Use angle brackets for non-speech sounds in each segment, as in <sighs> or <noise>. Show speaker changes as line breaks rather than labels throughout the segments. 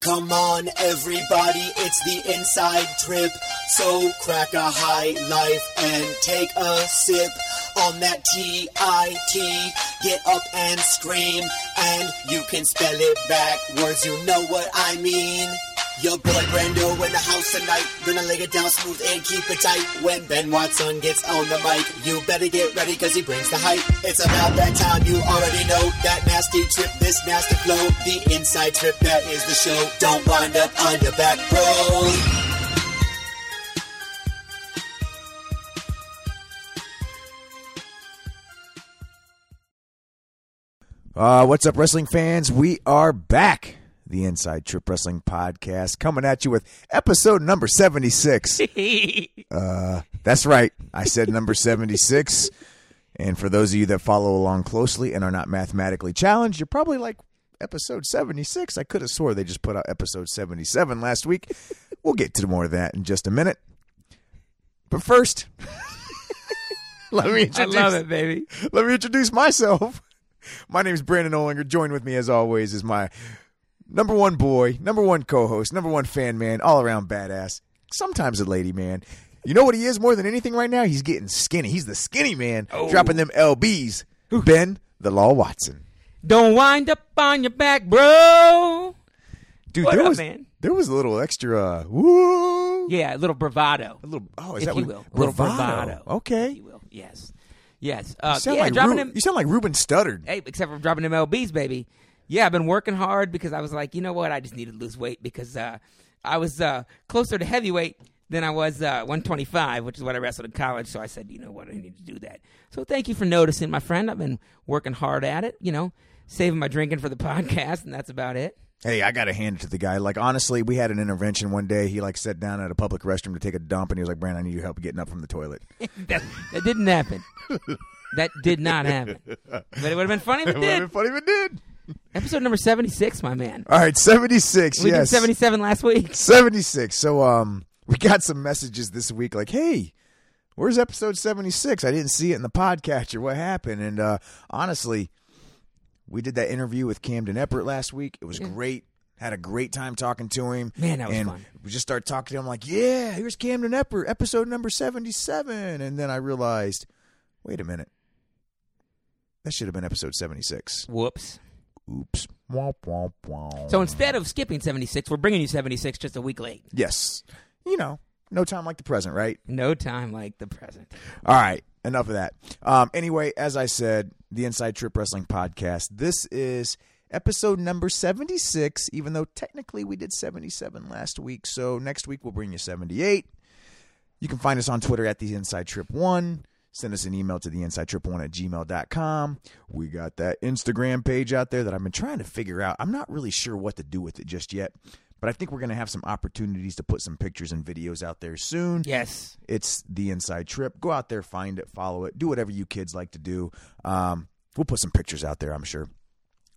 Come on, everybody, it's the inside trip. So crack a high life and take a sip on that T-I-T. Get up and scream, and you can spell it backwards. You know what I mean. Your boy Brando in the house tonight. Gonna lay it down smooth and keep it tight. When Ben Watson gets on the mic, you better get ready cause he brings the hype. It's about that time, you already know. That nasty trip, this nasty flow. The inside trip, that is the show. Don't wind up on your back, bro.
Uh, what's up, wrestling fans? We are back. The Inside Trip Wrestling Podcast coming at you with episode number
<laughs>
76. uh, that's right. I said number 76. And for those of you that follow along closely and are not mathematically challenged, you're probably like, episode 76? I could have swore they just put out episode 77 last week. We'll get to more of that in just a minute. But first, <laughs> let me
I
introduce
love it, baby.
let me introduce myself. My name is Brandon Olinger. Joined with me, as always, is my number one boy, number one co host, number one fan man, all around badass, sometimes a lady man. You know what he is more than anything right now? He's getting skinny. He's the skinny man,
Oh.
dropping them LBs. Ben, the Law Watson.
Don't wind up on your back, bro.
Dude,
What
there
up,
was
man?
there was a little extra uh, woo,
Yeah, a little bravado.
a little oh, is
if
that
you
what
will. A little bravado.
Okay,
If you will. Yes. Yes. Uh,
You sound
yeah,
like
dropping
Ru-
them.
you sound like Ruben Studdard.
Hey, except for dropping them LBs, baby. Yeah, I've been working hard because I was like, you know what? I just need to lose weight because uh, I was uh, closer to heavyweight than I was uh, 125, which is what I wrestled in college. So I said, you know what? I need to do that. So thank you for noticing, my friend. I've been working hard at it, you know, saving my drinking for the <laughs> podcast, and that's about it.
Hey, I gotta hand it to the guy. Like honestly, we had an intervention one day. He like sat down at a public restroom to take a dump, and he was like, "Brandon, I need your help getting up from the
<laughs>
toilet."
that, that didn't happen. That did not happen. But it would have been funny if it
It would've been
did.
funny if it did.
Episode number 76, my man.
All right, seventy six.
We
Yes,
did 77 last week.
seventy six. So um, we got some messages this week like, "Hey, where's episode seventy six? I didn't see it in the podcatcher. What happened?" And uh, honestly, we did that interview with Camden Eppert last week. It was great. Had a great time talking to him.
Man, that was
and
fun.
We just started talking to him like, yeah, here's Camden Eppert, episode number 77. And then I realized, wait a minute. That should have been episode 76.
Whoops.
Oops. Womp, womp, womp.
So instead of skipping 76, we're bringing you 76 just a week late.
yes. You know, no time like the present, right?
No time like the present.
All right, enough of that. Um, anyway, as I said, the Inside Trip Wrestling Podcast. This is episode number 76, even though technically we did 77 last week. So next week we'll bring you 78. You can find us on Twitter at the Inside Trip One. Send us an email to the Inside Trip One at gmail.com. We got that Instagram page out there that I've been trying to figure out. I'm not really sure what to do with it just yet, but I think we're going to have some opportunities to put some pictures and videos out there soon.
Yes.
It's the inside trip. Go out there, find it, follow it, do whatever you kids like to do. Um, we'll put some pictures out there, I'm sure.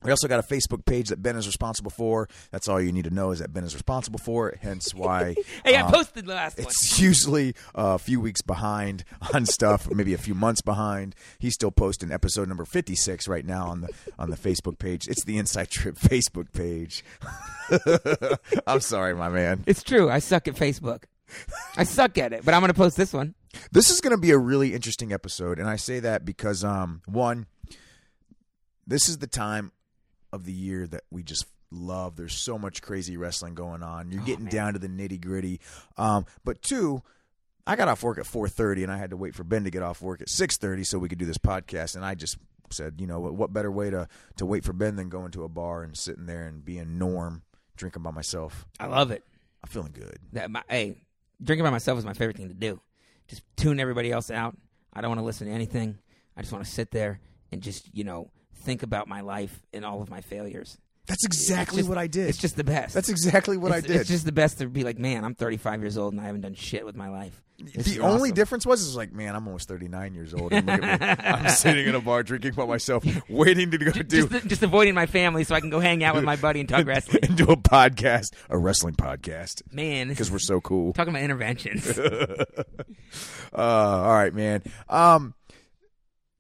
We also got a Facebook page that Ben is responsible for. That's all you need to know is that Ben is responsible for it. Hence why
<laughs>
um,
Hey, I posted the last one.
it's usually a few weeks behind on stuff, <laughs> maybe a few months behind. He's still posting episode number 56 right now on the on the Facebook page. It's the Inside Trip <laughs> Facebook page. <laughs> I'm sorry, my man.
It's true. I suck at Facebook. I suck at it, but I'm going to post this one.
This is going to be a really interesting episode, and I say that because um, one, this is the time of the year that we just love. There's so much crazy wrestling going on. You're getting
Oh, man.
down to the nitty gritty. Um, but two, I got off work at 4:30, and I had to wait for Ben to get off work at 6:30 so we could do this podcast. And I just said, you know, what, what better way to to wait for Ben than going to a bar and sitting there and being Norm, drinking by myself.
I love it.
I'm feeling good.
That my, hey, drinking by myself is my favorite thing to do. Just tune everybody else out. I don't want to listen to anything. I just want to sit there and just, you know, think about my life and all of my failures.
That's exactly
just-
what I did.
It's just the best.
That's exactly what
It's-
I did.
It's just the best to be like, man, I'm 35 years old and I haven't done shit with my life. This is
the only
awesome.
difference was is like, man, I'm almost 39 years old. And look at
<laughs>
me. I'm sitting in a bar drinking by myself, waiting to go do
Just, just avoiding my family so I can go hang out with my buddy and
<laughs>
talk wrestling.
and do a podcast, a wrestling podcast,
Man, this
because
is
we're so cool.
talking
<laughs>
about interventions.
Uh, all right, man. Um,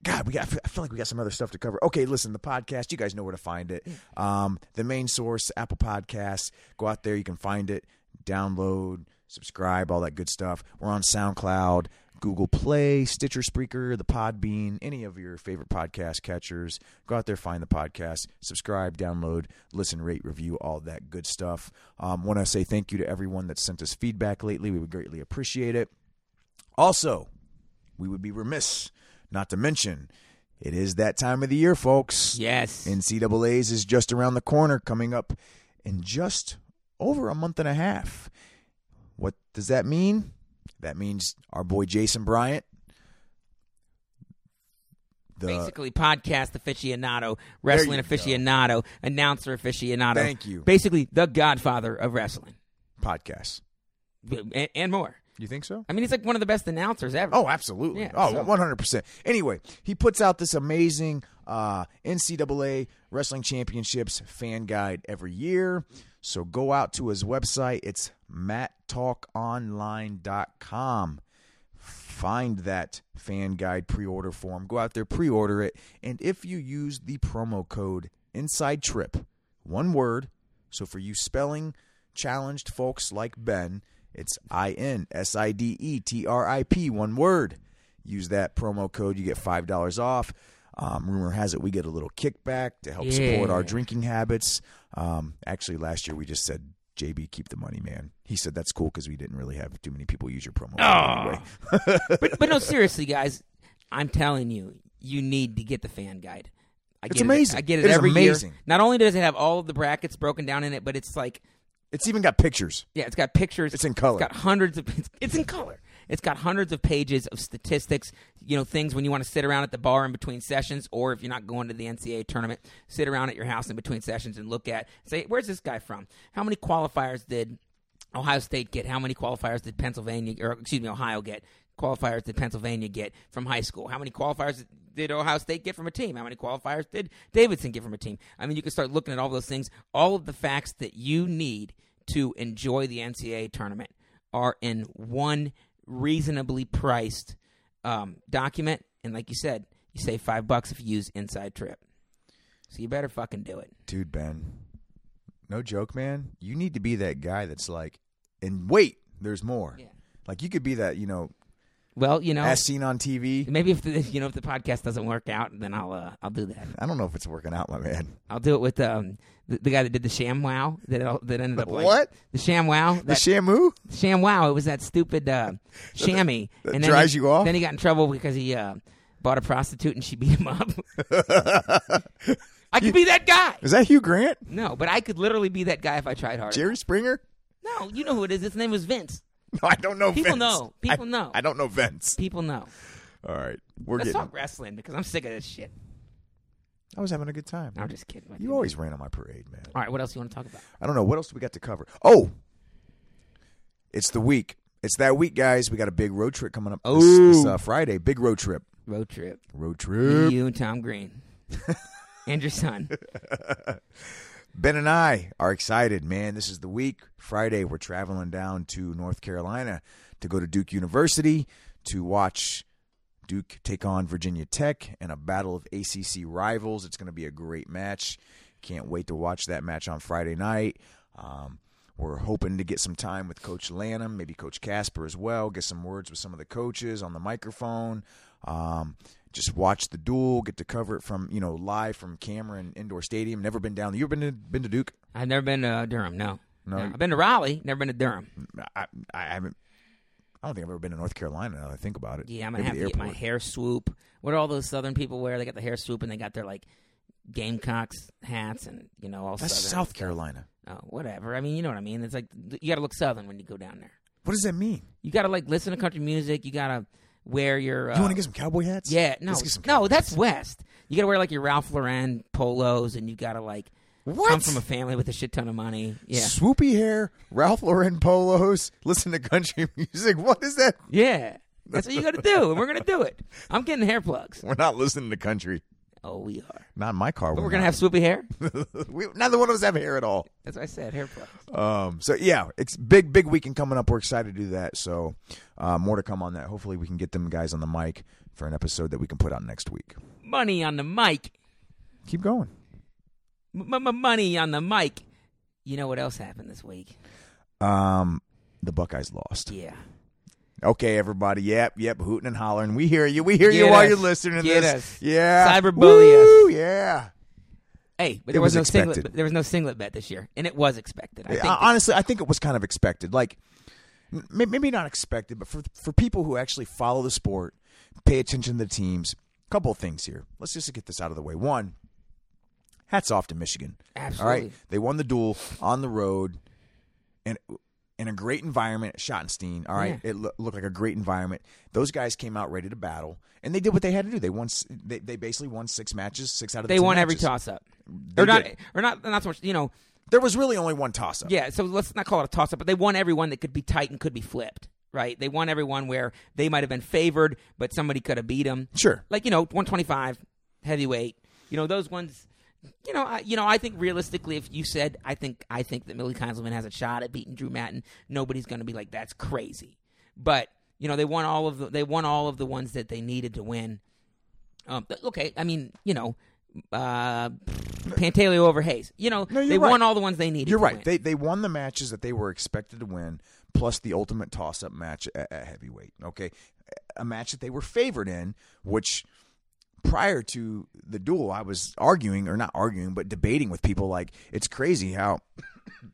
God, we got. I feel- I feel like we got some other stuff to cover. Okay, listen, the podcast. You guys know where to find it. Um, the main source, Apple Podcasts. Go out there, you can find it. Download, subscribe, all that good stuff. We're on SoundCloud, Google Play, Stitcher, Spreaker, the Podbean, any of your favorite podcast catchers. Go out there, find the podcast, subscribe, download, listen, rate, review, all that good stuff. Um, Want to say thank you to everyone that sent us feedback lately. We would greatly appreciate it. Also, we would be remiss not to mention it is that time of the year, folks.
Yes.
NCAA's is just around the corner, coming up in just over a month and a half. What does that mean? That means our boy Jason Bryant, the
basically podcast aficionado, wrestling
you go.
aficionado, announcer aficionado.
Thank you.
Basically, the godfather of wrestling
podcast.
and, and more.
You think so?
I mean, he's like one of the best announcers ever.
Oh, absolutely.
Yeah,
oh,
so-
100%. Anyway, he puts out this amazing uh, NCAA Wrestling Championships fan guide every year. So go out to his website. It's matttalkonline.com. Find that fan guide pre order form. Go out there, pre order it. And if you use the promo code Inside Trip, one word. So for you spelling challenged folks like Ben, it's I N S I D E T R I P, one word. Use that promo code, you get $5 off. Um, rumor has it we get a little kickback to help support our
Yeah.
drinking habits. Um, actually, last year we just said, JB, keep the money, man. He said that's cool because we didn't really have too many people use your promo code anyway.
but, but no, seriously, guys, I'm telling you, you need to get the fan guide. I
It's
get it-
amazing.
I get it,
It is
every
amazing.
year. Not only does it have all of the brackets broken down in it, but it's like
It's even got pictures.
Yeah, it's got pictures.
It's in color.
It's got hundreds of. It's, it's in color. It's got hundreds of pages of statistics. You know, things when you want to sit around at the bar in between sessions, or if you're not going to the NCAA tournament, sit around at your house in between sessions and look at. Say, where's this guy from? How many qualifiers did Ohio State get? How many qualifiers did Pennsylvania, or excuse me, Ohio get? Qualifiers did Pennsylvania get from high school? How many qualifiers did Ohio State get from a team? How many qualifiers did Davidson get from a team? I mean, you can start looking at all those things. All of the facts that you need to enjoy the NCAA tournament are in one reasonably priced um, document. And like you said, you save five bucks if you use Inside Trip. So you better fucking do it.
Dude, Ben, no joke, man. You need to be that guy that's like, and wait, there's more.
Yeah.
Like you could be that, you know,
Well, you know,
as seen on TV.
maybe if the, <laughs> you know if the podcast doesn't work out, then I'll uh, I'll do that.
I don't know if it's working out, my man.
I'll do it with um, the, the guy that did the Sham Wow that all- that ended up like,
What?
the Sham Wow
The Shamu?
Sham Wow. It was that
<laughs>
stupid uh, chamois.
that
then
dries
he,
you off?
Then he got in trouble because he uh, bought a prostitute and she beat
<laughs>
him up. I could be that guy.
Is that Hugh Grant?
No, but I could literally be that guy if I tried hard.
Jerry Springer? <laughs>
No, you know who it is. His name was Vince.
No, I don't know
People
Vince.
know. People
I-
know.
I don't know Vince.
People know.
All right. We're
Let's
getting.
talk wrestling because I'm sick of this shit.
I was having a good time.
I'm just kidding. with
You always ran on my parade, man.
All right, what else you want to talk about?
I don't know. What else do we got to cover? Oh, it's the week. It's that week, guys. We got a big road trip coming up this, this uh, Friday. Big road trip.
Road trip.
Road trip.
You and
<laughs>
Tom Green. and your son.
Ben and I are excited, man. This is the week. Friday, we're traveling down to North Carolina to go to Duke University to watch Duke take on Virginia Tech in a battle of ACC rivals. It's going to be a great match. Can't wait to watch that match on Friday night. Um, we're hoping to get some time with Coach Lanham, maybe Coach Casper as well, get some words with some of the coaches on the microphone. Um, just watch the duel, get to cover it from, you know, live from Cameron Indoor Stadium. Never been down. You ever been to, been to Duke?
I've never been to Durham, no.
No. Mm.
I've been to Raleigh, never been to Durham.
I, I haven't. I don't think I've ever been to North Carolina now that I think about it.
Yeah, I'm gonna
Maybe
have
the
to get my
airport.
hair swoop. What do all those Southern people wear? They got the hair swoop and they got their like Gamecocks hats and you know all
That's
Southern.
South Carolina.
Oh, whatever. I mean, you know what I mean. It's like th- you got to look Southern when you go down there.
What does that mean?
You got to like listen to country music. You got to wear your. Uh,
You want to get some cowboy hats?
Yeah, no,
Let's get some
no, that's West. You got to wear like your Ralph Lauren polos, and you got to like
What?
come from a family with a shit ton of money. Yeah,
Swoopy hair, Ralph Lauren polos, listen to country <laughs> music. What is that?
yeah. That's what you got to do, and we're gonna do it. I'm getting hair plugs.
We're not listening to country.
Oh, we are.
Not in my car.
But we're gonna have swoopy hair.
have <laughs> we, neither one of us have hair at all.
That's what I said. Hair plugs.
Um, so yeah, it's big, big weekend coming up. We're excited to do that. So uh, more to come on that. Hopefully, we can get them guys on the mic for an episode that we can put out next week.
Money on the mic.
Keep going.
M- m- money on the mic. You know what else happened this week?
Um, the Buckeyes lost.
Yeah.
Okay, everybody. Yep, yep. Hooting and hollering. We hear you. We hear you
Get
while
us.
you're listening to
Get
this.
us.
Yeah.
Cyberbully us.
Woo, Yeah.
Hey, but
It
there
was
was, no
expected.
singlet. There was no singlet bet this year, and it was expected. I
Yeah,
think.
hon- honestly, I think it was kind of expected. Like, m- may- maybe not expected, but for for people who actually follow the sport, pay attention to the teams. Couple of things here. Let's just get this out of the way. One, hats off to Michigan. All right,
Absolutely.
they won the duel on the road, and in a great environment at Schottenstein. All right,
Yeah.
it loo- looked like a great environment. Those guys came out ready to battle, and they did what they had to do. They won. s- They, they basically won six matches, six out of the
they
10
won every
matches.
toss up.
They
Or not,
did.
or not, not so much. You know,
There was really only one toss up.
yeah. So let's not call it a toss up, but they won every one that could be tight and could be flipped. Right? They won every one where they might have been favored, but somebody could have beat them.
Sure.
like you know 125 heavyweight you know those ones you know I, you know I think realistically if you said I think I think that Millie Kinzelman has a shot at beating Drew Matten nobody's going to be like that's crazy but you know they won all of the they won all of the ones that they needed to win um but, okay I mean you know uh Pantaleo over Hayes you know
No, you're
they
right.
won all the ones they needed
You're
to
right.
win.
They they won the matches that they were expected to win, plus the ultimate toss up match at, at heavyweight. Okay, a match that they were favored in, which prior to the duel, I was arguing or not arguing, but debating with people like it's crazy how <coughs>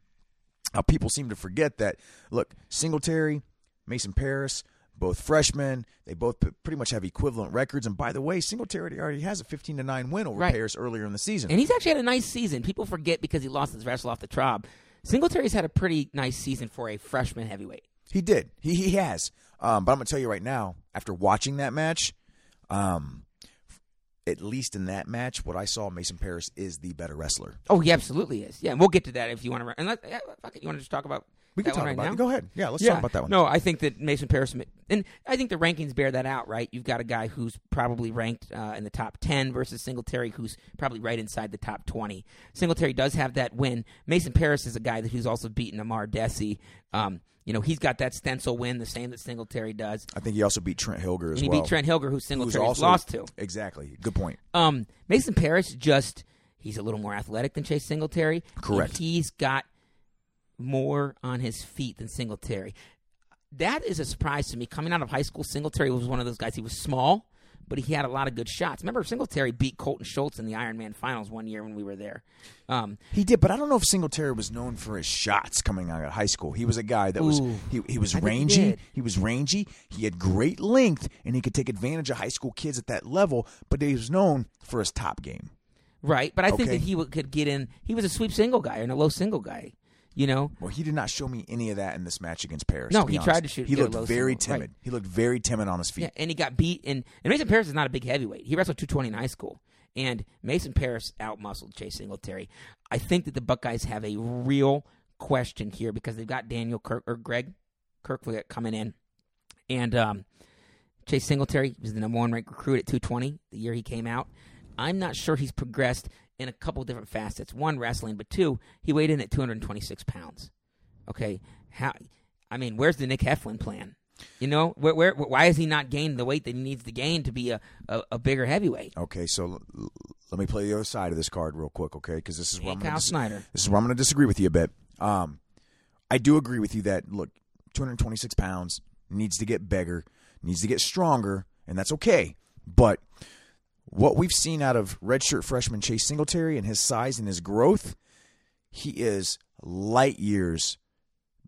how people seem to forget that. Look, Singletary, Mason Paris. Both freshmen, they both p- pretty much have equivalent records. And by the way, Singletary already has a fifteen to nine win over
Right.
Paris earlier in the season.
and he's actually had a nice season people forget because he lost his wrestle off the Trob Singletary's had a pretty nice season for a freshman heavyweight
He did. He he has. Um, but I'm gonna tell you right now, after watching that match, um, at least in that match, what I saw, Mason Paris is the better wrestler.
Oh, he absolutely is. Yeah, and we'll get to that if you want to. Unless yeah, fuck it, you want to just talk about
We can
that
talk
one right
about
now.
it. Go ahead. Yeah, let's
yeah.
talk about that one.
No, I think that Mason Paris, and I think the rankings bear that out, right? You've got a guy who's probably ranked uh, in the top 10 versus Singletary, who's probably right inside the top 20. Singletary does have that win. Mason Paris is a guy that who's also beaten Amar Desi. Um, you know, he's got that stencil win, the same that Singletary does.
I think he also beat Trent Hilger as
And he
well.
beat Trent Hilger, who
who's
Singletary's
also
lost to.
Exactly. Good point.
Um, Mason Parrish just he's a little more athletic than Chase Singletary.
Correct.
And he's got more on his feet than Singletary. That is a surprise to me. Coming out of high school, Singletary was one of those guys. He was small, but he had a lot of good shots. Remember, Singletary beat Colton Schultz in the Ironman finals one year when we were there. Um,
He did, but I don't know if Singletary was known for his shots coming out of high school. He was a guy that was
Ooh.
he, he was
I think he
rangy. He,
did.
was rangy. He had great length, and he could take advantage of high school kids at that level. But he was known for his top game.
right, but I think
Okay.
that he would, could get in. He was a sweep single guy and a low single guy. You know,
Well, he did not show me any of that in this match against Paris.
No,
to be
he
honest.
tried to shoot-
He
get a
looked
low
very
single, right.
timid. He looked very timid on his feet.
Yeah, and he got beat. And, and Mason Paris is not a big heavyweight. He wrestled 220 in high school. And Mason Paris outmuscled Chase Singletary. I think that the Buckeyes have a real question here because they've got Daniel Kirk or Greg Kirk coming in. And um, Chase Singletary was the number one ranked recruit at 220 the year he came out. I'm not sure he's progressed in a couple different facets. One, wrestling, but two, he weighed in at 226 pounds. Okay, how? I mean, where's the Nick Heflin plan? You know, where, where, why has he not gained the weight that he needs to gain to be a, a, a bigger heavyweight?
Okay, so l- l- let me play the other side of this card real quick, okay? Because this is where
Hey,
I'm gonna
Kyle
dis-
Snyder.
this is where I'm going to disagree with you a bit. Um, I do agree with you that look, 226 pounds needs to get bigger, needs to get stronger, and that's okay. But what we've seen out of redshirt freshman Chase Singletary and his size and his growth, he is light years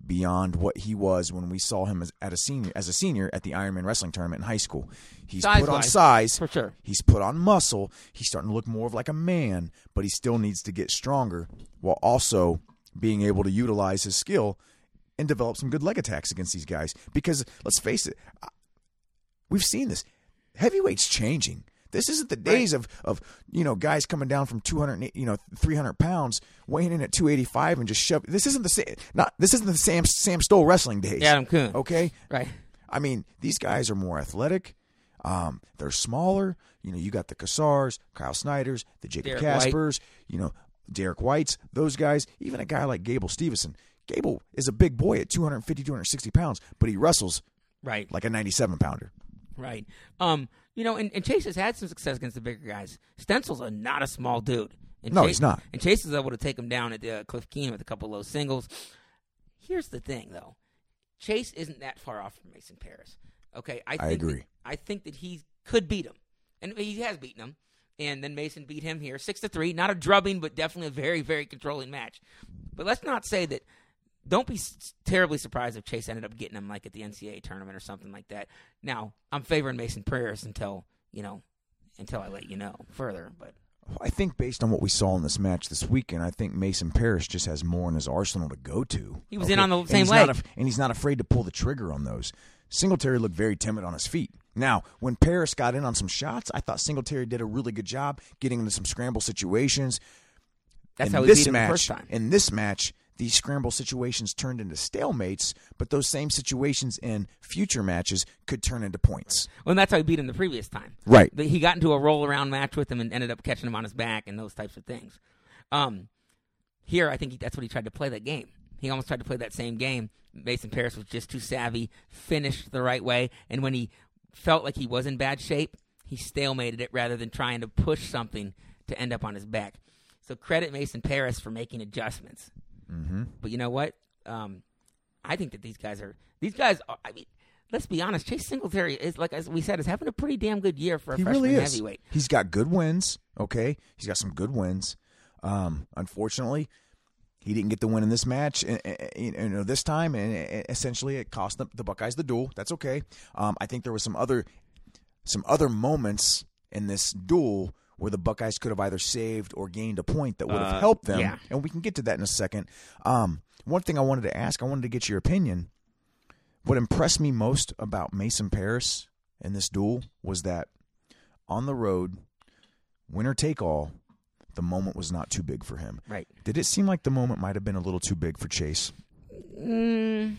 beyond what he was when we saw him as, at a senior as a senior at the Ironman wrestling tournament in high school. He's put on
Size-wise,
size
for sure.
He's put on muscle. He's starting to look more of like a man, but he still needs to get stronger while also being able to utilize his skill and develop some good leg attacks against these guys. Because let's face it, I- we've seen this. Heavyweight's changing. This isn't the days of, of you know guys coming down from 200 and eight- you know 300 pounds weighing in at 285 and just shove this isn't the sa- not this isn't the Sam Sam Stoll wrestling days
Adam Kuhn.
okay
Right.
I mean, these guys are more athletic. Um, they're smaller. You know, you got the Cassars, Kyle Snyders, the Jacob
Derek
Caspers, you know, Derek Whites, those guys, even a guy like Gable Stevenson. Gable is a big boy at 250, 260 pounds, but he wrestles
Right.
like a 97 pounder.
Right. Um, you know, and, and Chase has had some success against the bigger guys. Stencil's a not a small dude. And
No,
Chase,
he's not.
And Chase is able to take him down at uh, Cliff Keen with a couple of those singles. Here's the thing, though. Chase isn't that far off from Mason Paris. Okay, I, think
agree.
That, I think that he could beat him, and he has beaten him. And then Mason beat him here, six to three. Not a drubbing, but definitely a very, very controlling match. But let's not say that. Don't be s- terribly surprised if Chase ended up getting him like at the NCAA tournament or something like that. Now I'm favoring Mason Prayers until you know, until I let you know further. But
I think based on what we saw in this match this weekend, I think Mason Parrish just has more in his arsenal to go to.
He was in on the
And
same
he's not
leg.
af- and he's not afraid to pull the trigger on those. Singletary looked very timid on his feet. Now, when Parrish got in on some shots, I thought Singletary did a really good job getting into some scramble situations.
that's
in
how we
this
beat him
match,
the first time.
In this match, these scramble situations turned into stalemates, but those same situations in future matches could turn into points.
Well, and that's how he beat him the previous time.
Right.
That He got into a roll around match with him and ended up catching him on his back and those types of things. Um, here, I think he, that's what he tried to play that game. He almost tried to play that same game. Mason Paris was just too savvy, finished the right way, and when he felt like he was in bad shape, he stalemated it rather than trying to push something to end up on his back. So credit Mason Paris for making adjustments. But you know what? Um, I think that these guys are these guys. Are, I mean, let's be honest. Chase Singletary is like as we said is having a pretty damn good year for a
he
freshman
really is.
heavyweight.
He's got good wins. Okay, he's got some good wins. Um, unfortunately, he didn't get the win in this match. eh, eh, eh, You know, this time, and eh, essentially, it cost the, the Buckeyes the duel. That's okay. Um, I think there was some other some other moments in this duel where the Buckeyes could have either saved or gained a point that would have
Uh,
helped them.
yeah.
And we can get to that in a second. Um, one thing I wanted to ask, I wanted to get your opinion. What impressed me most about Mason Paris in this duel was that on the road, winner take all, the moment was not too big for him.
Right.
Did it seem like the moment might have been a little too big for Chase?
Mm,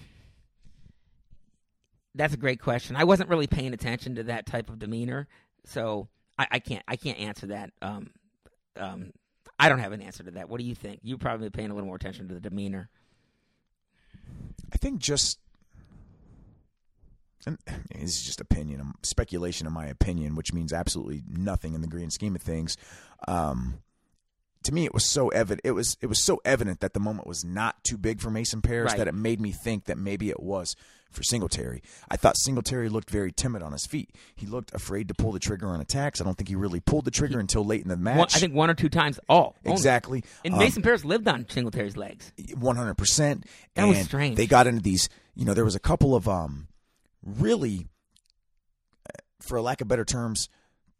that's a great question. I wasn't really paying attention to that type of demeanor, so I, I can't I can't answer that. Um, um, I don't have an answer to that. What do you think? You're probably paying a little more attention to the demeanor.
I think just and this is just opinion, um, speculation in my opinion, which means absolutely nothing in the grand scheme of things. Um, to me, it was so evident. It was it was so evident that the moment was not too big for Mason Paris
Right.
that it made me think that maybe it was for Singletary. I thought Singletary looked very timid on his feet. He looked afraid to pull the trigger on attacks. I don't think he really pulled the trigger until late in the match.
One, I think one or two times all only.
exactly.
And
Um,
Mason Paris lived on Singletary's legs.
one hundred percent.
That
And
was strange.
They got into these. You know, there was a couple of um, really, uh, for lack of better terms,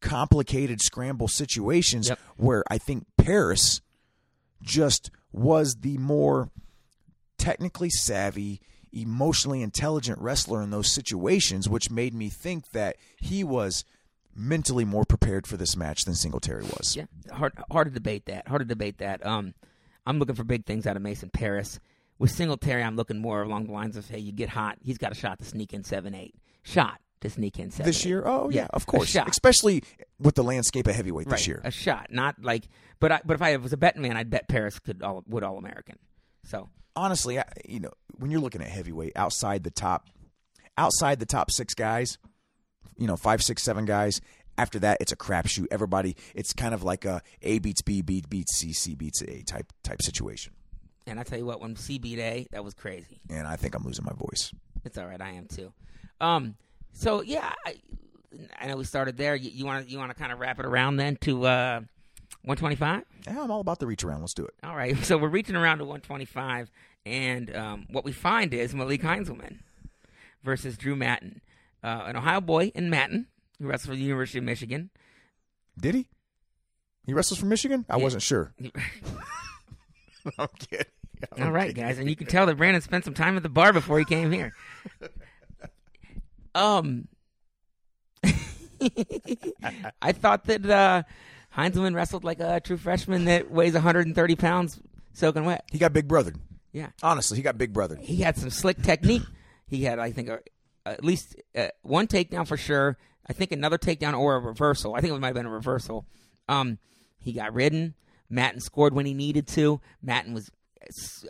complicated scramble situations
Yep.
where I think Paris just was the more technically savvy, emotionally intelligent wrestler in those situations, which made me think that he was mentally more prepared for this match than Singletary was.
Yeah, hard hard to debate that. Hard to debate that. Um, I'm looking for big things out of Mason Paris. With Singletary, I'm looking more along the lines of hey, you get hot. He's got a shot to sneak in seven eight. Shot to sneak in seven
This year, oh yeah,
<laughs> Yeah,
of
a
course,
shot.
especially with the landscape of heavyweight
right,
this year.
A shot, not like. But I, but if I was a betting man, I'd bet Paris could all would all American. So
honestly, I, you know, when you're looking at heavyweight outside the top, outside the top six guys, you know, five, six, seven guys. After that, it's a crapshoot. Everybody, it's kind of like a A beats B, B beats C, C beats A type type situation.
and I tell you what, when C beat A, that was crazy.
And I think I'm losing my voice.
It's all right. I am too. Um. So yeah, I, I know we started there. You want to you want to kind of wrap it around then to uh, 125.
Yeah, I'm all about the reach around. Let's do it.
All right, <laughs> so we're reaching around to 125, and um, what we find is Malik Heinzelman versus Drew Matton, uh, an Ohio boy in Matton who wrestles for the University of Michigan.
Did he? He wrestles from Michigan. I wasn't sure. <laughs> I'm kidding.
All right, guys, and you can tell that Brandon spent some time at the bar before he came here. Um, <laughs> I thought that uh, Heinzelman wrestled like a true freshman that weighs 130 pounds, soaking wet.
He got big brothered.
Yeah.
Honestly, he got big brothered.
he had some slick technique. He had, I think, a, at least uh, one takedown for sure. I think another takedown or a reversal. I think it might have been a reversal. Um, he got ridden. Matten scored when he needed to. Matten was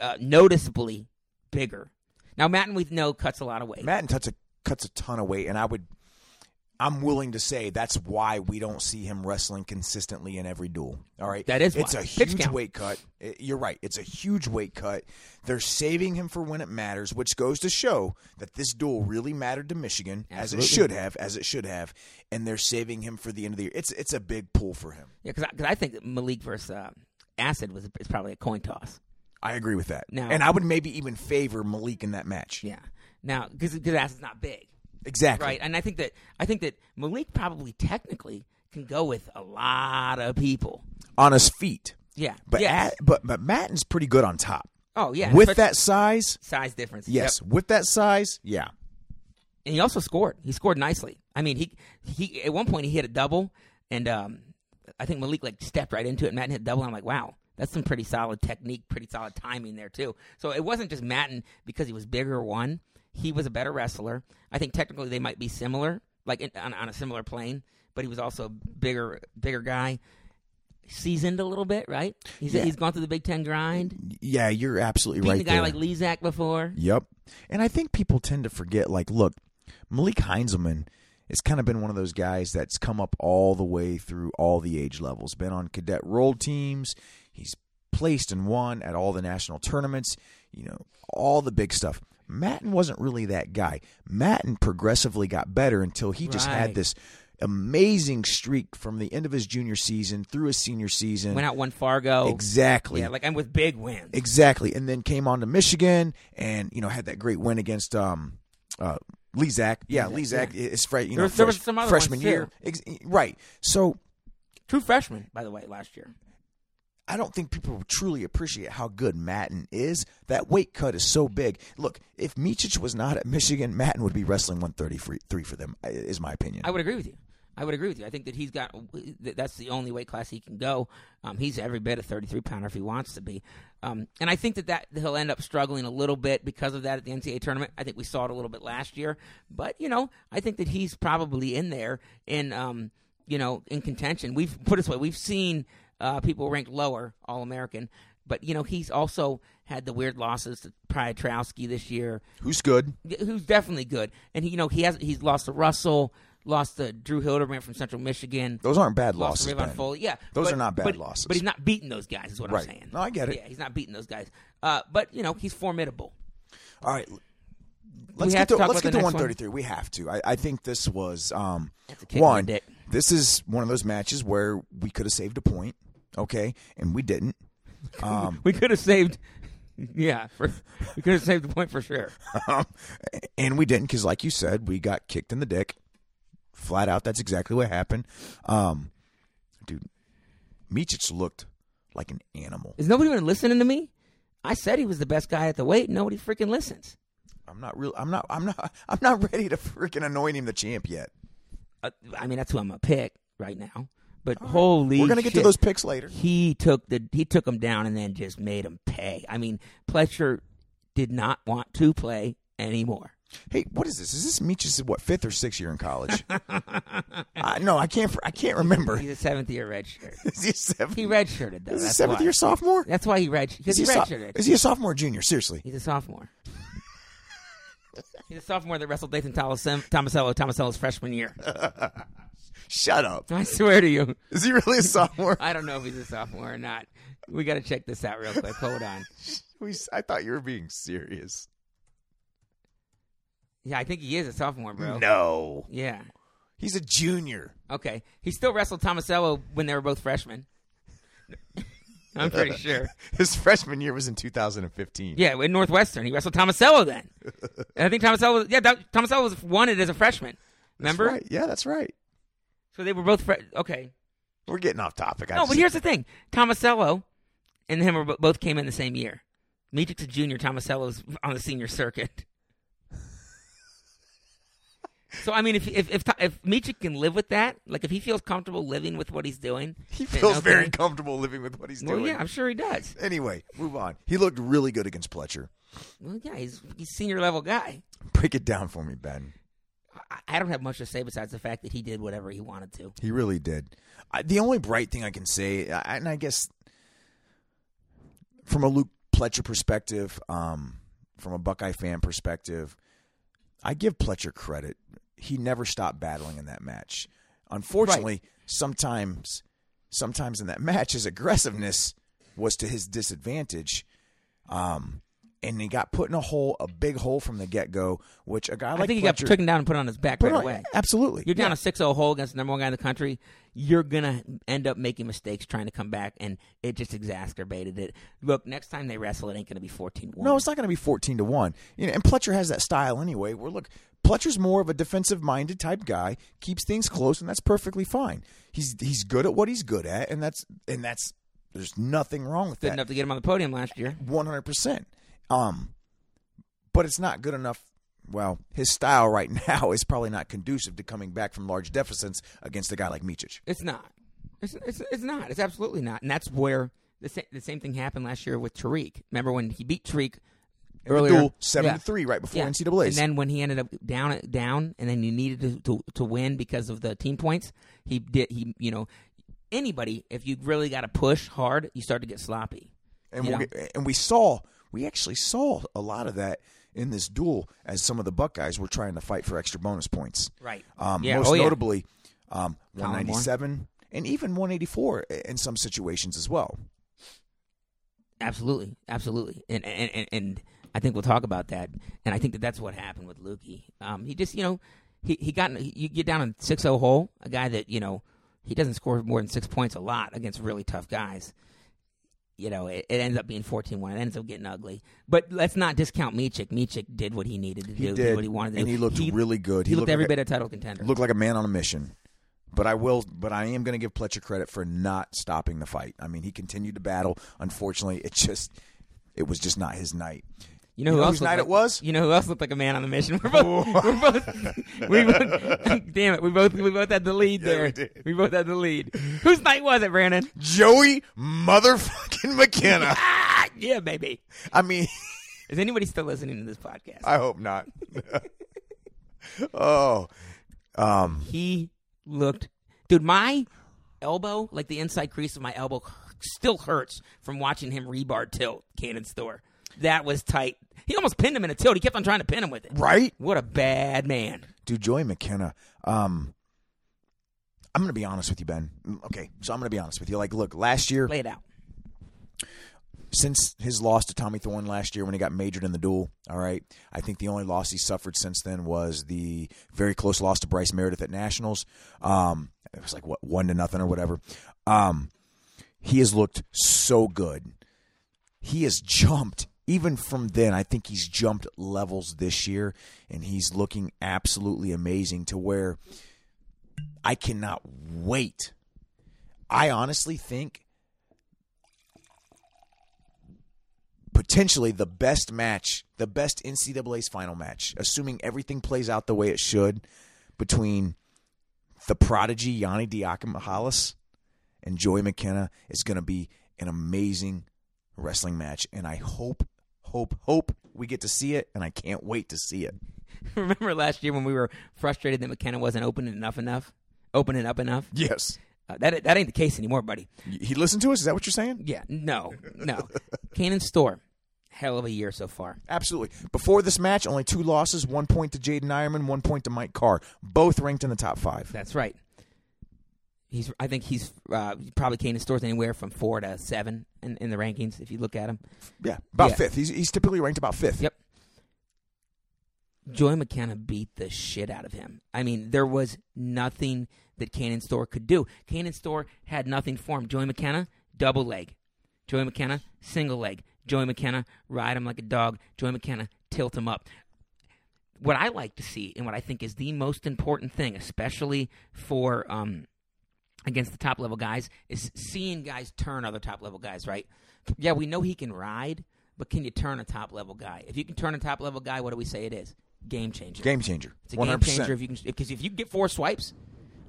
uh, noticeably bigger. Now Matten, we know, cuts a lot of weight.
Madden cuts a cuts a ton of weight, and I would, I'm willing to say that's why we don't see him wrestling consistently in every duel. All right,
That is
it's
why.
a
Pitch
huge
count.
weight cut. I- You're right, it's a huge weight cut. They're saving him for when it matters, which goes to show that this duel really mattered to Michigan as it
Absolutely.
should have, as it should have, and they're saving him for the end of the year. It's it's a big pull for him.
Yeah, because I, 'cause I think that Malik versus uh, Acid was is probably a coin toss.
I agree with that,
Now-
and I would maybe even favor Malik in that match.
Yeah. Now, because Acid's not big,
Exactly.
right? And I think that I think that Malik probably technically can go with a lot of people.
on his feet,
Yeah.
but
Yes.
at, but but Matten's pretty good on top.
oh yeah.
with
especially
that size,
size difference.
Yes, with that size, yeah.
and he also scored. He scored nicely. I mean, he he at one point he hit a double, and um, I think Malik like stepped right into it. and Matten hit a double. I'm like, wow, that's some pretty solid technique, pretty solid timing there too. So it wasn't just Matten because he was bigger. One, he was a better wrestler. I think technically they might be similar, like in, on, on a similar plane, but he was also a bigger, bigger guy. Seasoned a little bit, right? He's
Yeah.
he's gone through the Big Ten grind,
Yeah, you're absolutely
beating
right.
a guy
there.
like Lezak before.
yep. And I think people tend to forget like look, Malik Heinzelman has kind of been one of those guys that's come up all the way through all the age levels. Been on cadet roll teams. He's placed and won at all the national tournaments, you know, all the big stuff. Matten wasn't really that guy. Matten progressively got better until he just had
Right.
this amazing streak from the end of his junior season through his senior season.
Went out one Fargo.
exactly.
Yeah, like I'm with big wins.
Exactly, and then came on to Michigan, and you know had that great win against um, uh, Lezak. Yeah, Lezak is fresh. You
There
know,
was- there
fresh-
was some other
freshman
ones, too.
year, Ex- right? So
True freshman, by the way, last year.
I don't think people truly appreciate how good Matten is. That weight cut is so big. Look, if Michich was not at Michigan, Matten would be wrestling one thirty three for them. i- Is my opinion.
I would agree with you. I would agree with you. I think that he's got that- that's the only weight class he can go. Um, he's every bit a 33 pounder if he wants to be. Um, and I think that, that he'll end up struggling a little bit because of that at the NCAA tournament. I think we saw it a little bit last year, but you know, I think that he's probably in there in um, you know in contention. We've put it this way: we've seen uh, people ranked lower All American, but you know he's also had the weird losses to Pyatrowski this year
Who's good?
who's definitely good. And he, you know, he has he's lost to Russell, lost to Drew Hildebrand from Central Michigan,
Those aren't bad losses.
lost to Rayvon
Ben.
Foley. Yeah,
Those are not bad
but-
losses.
But he's not beating those guys. Is what
Right.
I'm saying.
No, I get it.
Yeah, he's not beating those guys. Uh, but you know, he's formidable.
All right. Let's
have
get
to
to,
talk
let's
about
get
the
to
next
133.
one?
We have to. I, I think this was um
a kick in the
one.
dick.
This is one of those matches where we could have saved a point, okay, and we didn't. Um, <laughs>
We could have saved. <laughs> Yeah, for, we could have saved the point for sure.
um, and we didn't because, like you said, we got kicked in the dick, flat out. That's exactly what happened. Um, dude, Michich looked like an animal.
Is nobody even listening to me? I said he was the best guy at the weight. Nobody freaking listens.
I'm not real. I'm not. I'm not. <laughs> I'm not ready to freaking anoint him the champ yet.
Uh, I mean, that's who I'm gonna pick right now. But holy,
We're gonna get to
shit.
those picks later.
he took the he took him down and then just made him pay. I mean, Pletcher did not want to play anymore.
Hey, what is this? Is this Meech's what fifth or sixth year in college? uh, no, I can't. I can't
<laughs>
remember.
He's a seventh
<laughs>
year redshirt.
Is he a seventh?
He redshirted though.
Is he a
That's
seventh
why.
year sophomore?
That's why he red.
Is
Because
he,
he
a so-
redshirted.
is he a sophomore or junior? Seriously,
He's a sophomore. He's a sophomore that wrestled Nathan Thomasello, Thomasello Thomasello's
<laughs>
freshman year.
shut up.
I swear to you,
Is he
<laughs>
really a sophomore?
I don't know if he's a sophomore or not. We got to check this out real quick.
<laughs>
Hold on.
We- I thought you were being serious.
Yeah, I think he is a sophomore, bro.
No,
Yeah.
he's a junior.
Okay. He still wrestled Tomasello when they were
<laughs>
both freshmen. I'm pretty sure.
His <laughs> freshman year was in 2015.
Yeah, in Northwestern. He wrestled Tomasello then. And I think Tomasello, yeah, that, Tomasello was wanted as a freshman.
That's
Remember?
right. Yeah, that's right.
So they were both, fre- okay.
We're getting off topic. I
No,
just-
but here's the thing Tomasello and him were, bo- both came in the same year. Meechik's a junior, Tomasello's on the
<laughs>
senior circuit. So I mean, if if if, Ta- if Michik can live with that, like if he feels comfortable living with what he's doing,
<laughs> he
then
feels very
okay.
comfortable living with what he's
Well,
doing.
yeah, I'm sure he does.
Anyway, move on. He looked really good against Pletcher.
Well, yeah, he's he's senior level guy.
Break it down for me, Ben.
I, I don't have much to say besides the fact that he did whatever he wanted to.
He really did. I, the only bright thing I can say, I, and I guess from a Luke Pletcher perspective, um, from a Buckeye fan perspective, I give Pletcher credit. He never stopped battling in that match. Unfortunately, sometimes, sometimes in that <laughs> match, his aggressiveness was to his disadvantage. Um, and he got put in a hole, a big hole from the get go, which a guy
I,
like
think he got
Pletcher,
taken down and put on his back
put
right
on-
away.
absolutely,
You're down
Yeah.
a 6 0 hole against the number one guy in the country. You're going to end up making mistakes trying to come back, and it just exacerbated it. Look, next time they wrestle, it ain't going to be 14 1.
No, it's not going to be fourteen to one. You know, and Pletcher has that style anyway. Where look, Pletcher's more of a defensive-minded type guy, keeps things close, and that's perfectly fine. He's he's good at what he's good at, and that's and that's there's nothing wrong with
good
that.
enough to get him on the podium last year.
One hundred percent. Um, but it's not good enough. Well, his style right <laughs> now is probably not conducive to coming back from large deficits against a guy like Michich.
It's not. It's, it's, it's not. It's absolutely not. And that's where the, sa- the same thing happened last year with Tariq. Remember when he beat Tariq earlier?
Duel seven
Yeah.
to three right before
Yeah.
NCAA.
And then when he ended up down, down, and then he needed to, to to win because of the team points, he did. He, you know, anybody, if you really got to push hard, you start to get sloppy.
and
you
we'll
know?
get, and we saw we actually saw a lot of that in this duel as some of the Buckeyes were trying to fight for extra bonus points.
Right.
Um,
Yeah,
Most
oh, yeah.
notably, um,
Colin Moore.
197 and even 184 i- in some situations as well.
Absolutely, absolutely, and and and, and I think we'll talk about that. And I think that that's what happened with Lukey. Um, he just you know he he got in- you get down in 6-0 hole, a guy that you know he doesn't score more than six points a lot against really tough guys. You know, it, it ends up being 14-1. It ends up getting ugly. But let's not discount Michik. Michik did what he needed to
He
do,
did,
what he wanted to
and
do.
he looked really good.
He, looked, every bit a title contender.
looked like a man on a mission. But I will. But I am going to give Pletcher credit for not stopping the fight. I mean, he continued to battle. Unfortunately, it just it was just not his night.
You know
You
who
know
else
whose
looked
night
like,
it was?
You know who else looked like a man on the mission? <laughs> We're both, we're
<laughs>
both, we both <laughs> damn it, we both we both had the lead there.
we did.
both had the lead. Whose night was it, Brandon?
Joey motherfucking
<laughs>
McKenna.
Ah, yeah, baby.
I mean.
Is anybody still listening to this podcast?
I hope not. <laughs> oh, um,
he looked, dude. My elbow, like the inside crease of my elbow, still hurts from watching him rebar tilt Cannon Store. That was tight. He almost pinned him in a tilt. He kept on trying to pin him with it.
right,
What a bad man.
dude. Joey McKenna. Um, I'm gonna be honest with you, Ben. Okay, so I'm gonna be honest with you. Like, look, last year,
Lay it out.
since his loss to Tommy Thorne last year when he got majored in the duel, all right, I think the only loss he suffered since then was the very close loss to Bryce Meredith at Nationals. Um, it was like what one to nothing or whatever. Um, he has looked so good. He has jumped even from then. I think he's jumped levels this year, and he's looking absolutely amazing to where I cannot wait. I honestly think potentially the best match, the best NCAA's final match, assuming everything plays out the way it should, between the prodigy Yanni Diakamahalis and Joey McKenna is going to be an amazing wrestling match, and I hope, hope, hope we get to see it, and I can't wait to see it.
<laughs> Remember last year when we were frustrated that McKenna wasn't opening enough enough, opening up enough?
Yes,
Uh, that that ain't the case anymore, buddy.
he listened to us. Is that what you're saying?
Yeah, no, no. Cannon Store, hell of a year so far.
Absolutely. Before this match, only two losses: one point to Jaden Ironman, one point to Mike Carr. Both ranked in the top five.
That's right. He's. I think he's uh, probably Cannon Store's anywhere from four to seven in, in the rankings if you look at him.
Yeah, about
Yeah.
fifth. He's, he's typically ranked about fifth.
Yep. Joy McKenna beat the shit out of him. I mean, there was nothing that Cannon Store could do. Cannon Store had nothing for him. Joy McKenna, double leg. Joy McKenna, single leg. Joy McKenna, ride him like a dog. Joy McKenna, tilt him up. What I like to see, and what I think is the most important thing, especially for um, against the top level guys, is seeing guys turn other top level guys. Right? Yeah, we know he can ride, but can you turn a top level guy? If you can turn a top level guy, what do we say it is? Game changer.
Game changer.
It's a
One
game
hundred
changer if
percent.
you can because if you get four swipes,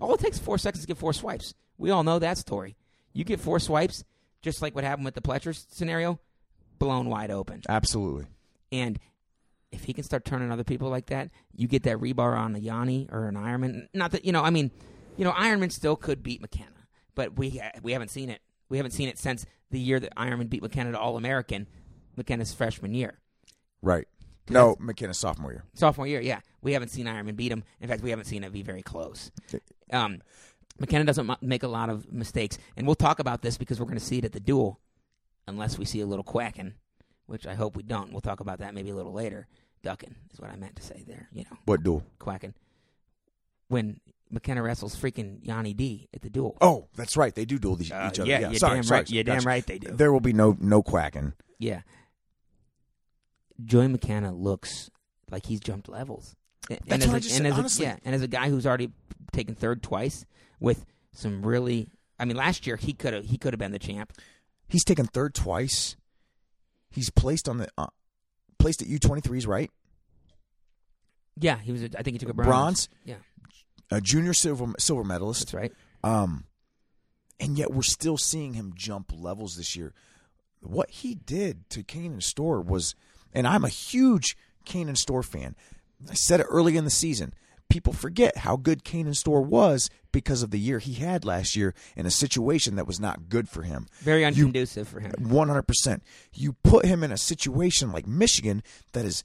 all it takes is four seconds to get four swipes. We all know that story. You get four swipes, just like what happened with the Pletcher scenario, blown wide open.
Absolutely.
And if he can start turning other people like that, you get that rebar on a Yanni or an Ironman. Not that you know, I mean, you know, Ironman still could beat McKenna, but we ha- we haven't seen it. We haven't seen it since the year that Ironman beat McKenna to All American, McKenna's freshman year,
Right. No, McKenna sophomore year.
sophomore year. Yeah, we haven't seen Ironman beat him. In fact, we haven't seen it be very close. Um, McKenna doesn't mu- make a lot of mistakes, and we'll talk about this because we're going to see it at the duel, unless we see a little quacking, which I hope we don't. We'll talk about that maybe a little later. Ducking is what I meant to say there. You know,
What duel?
quacking when McKenna wrestles freaking Yanni D at the duel.
Oh, that's right. They do duel these,
Uh,
each other.
yeah,
Yeah,
you're
sorry,
damn
sorry,
right. You're
gotcha.
damn right they do.
There will be no no quacking.
Yeah. Joey McKenna looks like he's jumped levels. And, and
That's
as
what
a,
I just
and
said,
as a-
honestly.
yeah, and as a guy who's already taken third twice with some really, I mean, last year he could have he could have been the champ.
He's taken third twice. He's placed on the uh, placed at U twenty threes, right?
Yeah, he was. A, I think he took a bronze.
Bronze,
Yeah,
a junior silver silver medalist.
that's right.
Um, and yet we're still seeing him jump levels this year. What he did to Kanan Store was, and I'm a huge Kanan Store fan. I said it early in the season. People forget how good Kanan Store was because of the year he had last year in a situation that was not good for him.
Very
You-
unconducive for him.
100%. You put him in a situation like Michigan that is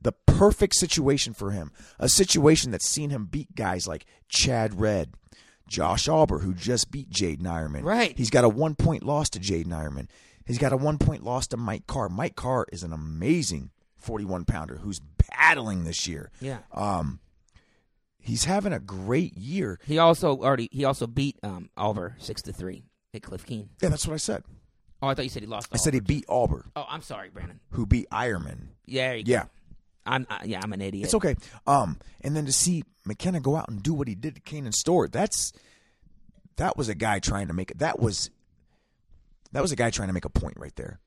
the perfect situation for him. A situation that's seen him beat guys like Chad Red, Josh Auber, who just beat Jaden Ironman.
Right.
He's got a one point loss to Jaden Ironman. He's got a one point loss to Mike Carr. Mike Carr is an amazing 41 pounder who's battling this year.
Yeah,
Um, he's having a great year.
he also already he also beat um, Oliver six to three at Cliff Keen.
Yeah, that's what I said.
Oh, I thought you said he lost.
I said he beat Auber,
Oh, I'm sorry, Brandon.
who beat Ironman.
Yeah, there you go.
Yeah.
I'm I, yeah, I'm an idiot.
It's okay. Um, and then to see McKenna go out and do what he did to Kanan Store, that's that was a guy trying to make it. That was that was a guy trying to make a point right there.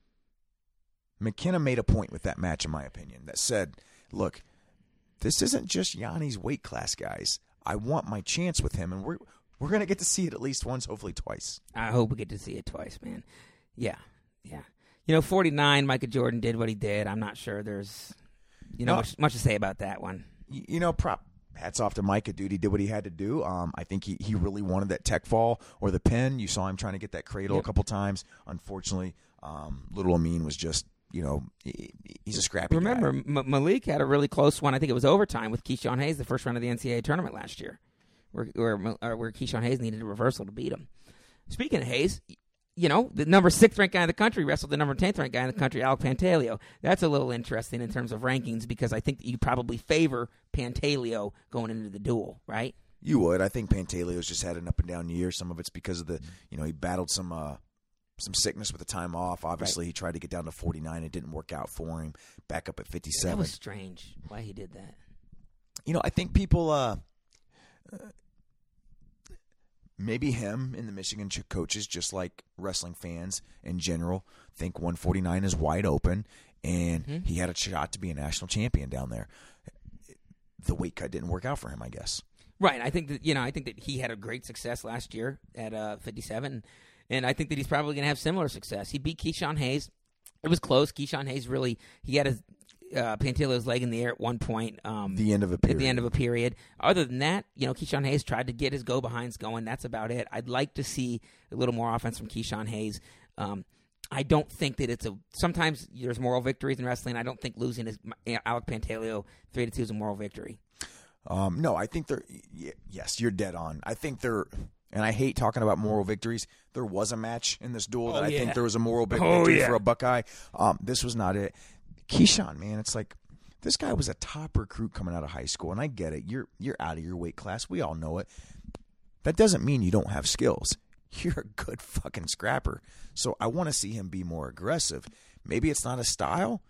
McKenna made a point with that match, in my opinion, that said, "Look, this isn't just Yanni's weight class, guys. I want my chance with him, and we're we're gonna get to see it at least once, hopefully twice."
I hope we get to see it twice, man. Yeah, yeah. You know, forty nine. Michael Jordan did what he did. I'm not sure there's, you know,
No.
much, much to say about that one.
y- you know, prop hats off to Micah, dude. He did what he had to do. Um, I think he, he really wanted that tech fall or the pin. You saw him trying to get that cradle a
Yep.
couple times. Unfortunately, um, little Amin was just, you know, he, he's a scrappy guy.
Remember, M- Malik had a really close one. I think it was overtime with Keyshawn Hayes, the first round of the NCAA tournament last year, where where, Mal- or where Keyshawn Hayes needed a reversal to beat him. Speaking of Hayes, you know, the number sixth ranked guy in the country wrestled the number tenth ranked guy in the country, Alec Pantaleo. That's a little interesting in terms of rankings because I think that you probably favor Pantaleo going into the duel, right?
You would. I think Pantaleo's just had an up and down year. Some of it's because of the, you know, he battled some uh, some sickness with the time off. Obviously, he tried to get down to 49. It didn't work out for him. Back up at 57.
That was strange. Why he did that?
you know, I think people, uh, uh, maybe him and the Michigan ch- coaches, just like wrestling fans in general, think 149 is wide open, and
Mm-hmm.
he had a shot to be a national champion down there. The weight cut didn't work out for him, I guess.
Right. I think that you know. I think that he had a great success last year at uh, 57, and I think that he's probably going to have similar success. He beat Keyshawn Hayes. It was close. Keyshawn Hayes really he had his uh, Pantaleo's leg in the air at one point. Um,
The end of a
at
period.
the end of a period. Other than that, you know, Keyshawn Hayes tried to get his go behinds going. That's about it. I'd like to see a little more offense from Keyshawn Hayes. Um, I don't think that it's a. Sometimes there's moral victories in wrestling. I don't think losing is Alec Pantaleo three to two is a moral victory.
Um, no, I think they're. Y- yes, you're dead on. I think they're. And I hate talking about moral victories. There was a match in this duel that I think there was a moral big
Oh,
victory
yeah.
for a Buckeye. Um, this was not it. Keyshawn, man, it's like this guy was a top recruit coming out of high school, and I get it. You're you're out of your weight class. We all know it. That doesn't mean you don't have skills. <laughs> You're a good fucking scrapper. So I want to see him be more aggressive. Maybe it's not a style.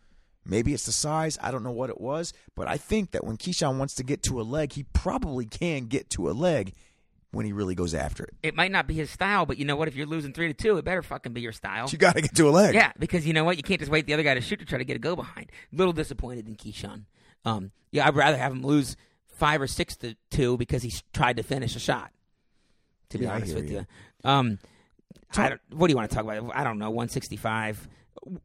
Maybe it's the size. I don't know what it was. But I think that when Keyshawn wants to get to a leg, he probably can get to a leg when he really goes after it.
it might not be his style, but you know what? If you're losing three to two, it better fucking be your style.
You got to get to a leg.
Yeah, because you know what? You can't just wait the other guy to shoot to try to get a go behind. Little disappointed in Keyshawn. Um, yeah, I'd rather have him lose five or six to two because he s- tried to finish a shot. To be
Yeah, I
honest
hear
with
you.
you, um, I don't- what do you want to talk about? I don't know. One sixty five.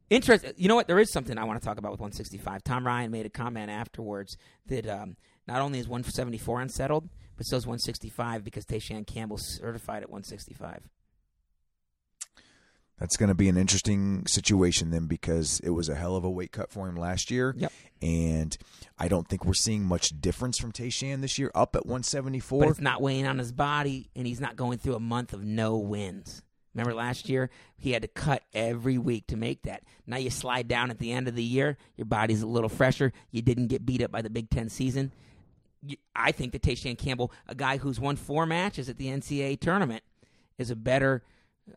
interest. You know what? There is something I want to talk about with 165. Tom Ryan made a comment afterwards that um, not only is 174 unsettled, but so is 165 because Tayshan Campbell's certified at 165.
That's going to be an interesting situation then because it was a hell of a weight cut for him last year.
Yep.
And I don't think we're seeing much difference from Tayshan this year up at 174.
But it's not weighing on his body, and he's not going through a month of no wins. Remember last year, he had to cut every week to make that. Now you slide down at the end of the year, your body's a little fresher. You didn't get beat up by the Big Ten season. You- I think that Tayshan Campbell, a guy who's won four matches at the NCAA tournament, is a better,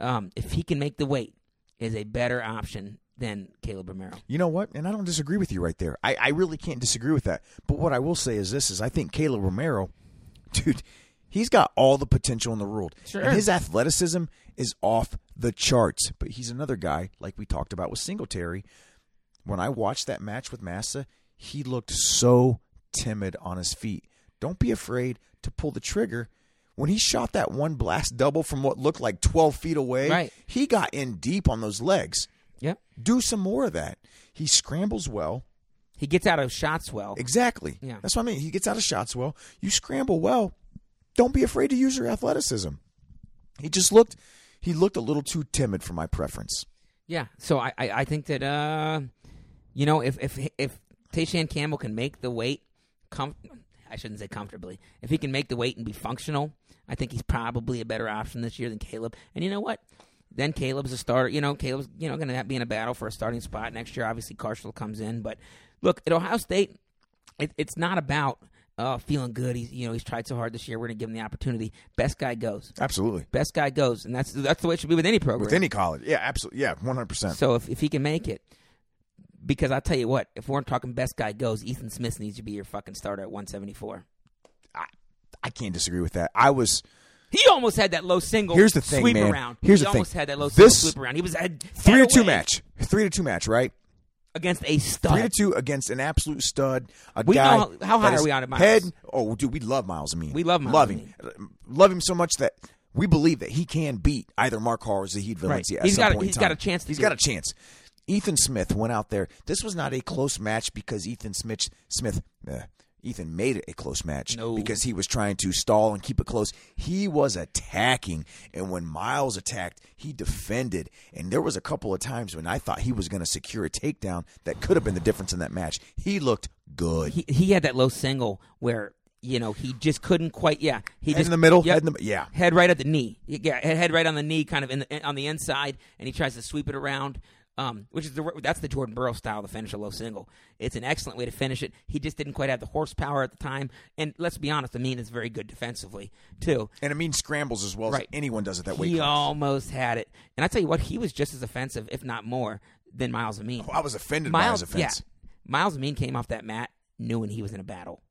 um, if he can make the weight, is a better option than Caleb Romero.
You know what? And I don't disagree with you right there. I, I really can't disagree with that. But what I will say is this: is I think Caleb Romero, <laughs> dude, he's got all the potential in the world.
Sure.
And his athleticism is off the charts. But he's another guy, like we talked about with Singletary. When I watched that match with Massa, he looked so timid on his feet. Don't be afraid to pull the trigger. When he shot that one blast double from what looked like 12 feet away,
Right.
he got in deep on those legs
Yep.
do some more of that. He scrambles well.
He gets out of shots well.
Exactly.
Yeah.
That's what I mean. He gets out of shots well. You scramble well. Don't be afraid to use your athleticism. He just looked he looked a little too timid for my preference.
Yeah, so I, I, I think that uh, you know if if if Tayshan Campbell can make the weight, com- I shouldn't say comfortably. If he can make the weight and be functional, I think he's probably a better option this year than Caleb. And you know what? Then Caleb's a starter. You know, Caleb's you know going to be in a battle for a starting spot next year. Obviously, Carshall comes in, but look at Ohio State it, it's not about uh, feeling good. He's you know he's tried so hard this year. We're going to give him the opportunity. Best guy goes.
Absolutely.
Best guy goes, and that's that's the way it should be with any program.
With any college. Yeah, absolutely. Yeah, 100%.
So if, if he can make it, because I'll tell you what, if we're talking best guy goes, Ethan Smith needs to be your fucking starter at 174.
I can't disagree with that. I was
He almost had that low single
Here's the thing,
sweep
man.
around.
Here's
he
the thing.
almost had that low single
This-
sweep around. He was at
3 to 2
away
match. 3 to 2 match, right?
against a stud.
3 to 2 against an absolute stud. A
We
guy
know how- how high
that
are
is
we on it, Miles?
Head. Oh, dude, we love Miles Amin.
We love Miles
love him. Love him so much that we believe that he can beat either Mark Hall or Zahid Valencia.
Right.
At
He's
some
got a-
point in
he's got
time.
a chance to
He's
do
got a
it.
chance. Ethan Smith went out there. This was not a close match because Ethan Smith Smith. Uh, Ethan made it a close match
No.
because he was trying to stall and keep it close. He was attacking, and when Miles attacked, he defended. And there was a couple of times when I thought he was going to secure a takedown that could have been the difference in that match. He looked good.
He, he had that low single where, you know, he just couldn't quite, yeah. He
head
just,
in the middle,
yep.
head in the yeah.
head right at the knee. Yeah, head, head right on the knee, kind of in the, on the inside, and he tries to sweep it around. Um, which is the that's the Jordan Burrow style to finish a low single. It's an excellent way to finish it. He just didn't quite have the horsepower at the time, and let's be honest, Amin is very good defensively too.
And Amin scrambles as well
Right.
as anyone does at that weight
He
class.
almost had it, and I tell you what, he was just as offensive, if not more, than Miles Amin.
Oh, I was offended
um, Miles,
by his offense.
yeah, Miles Amin came off that mat knowing he was in a battle.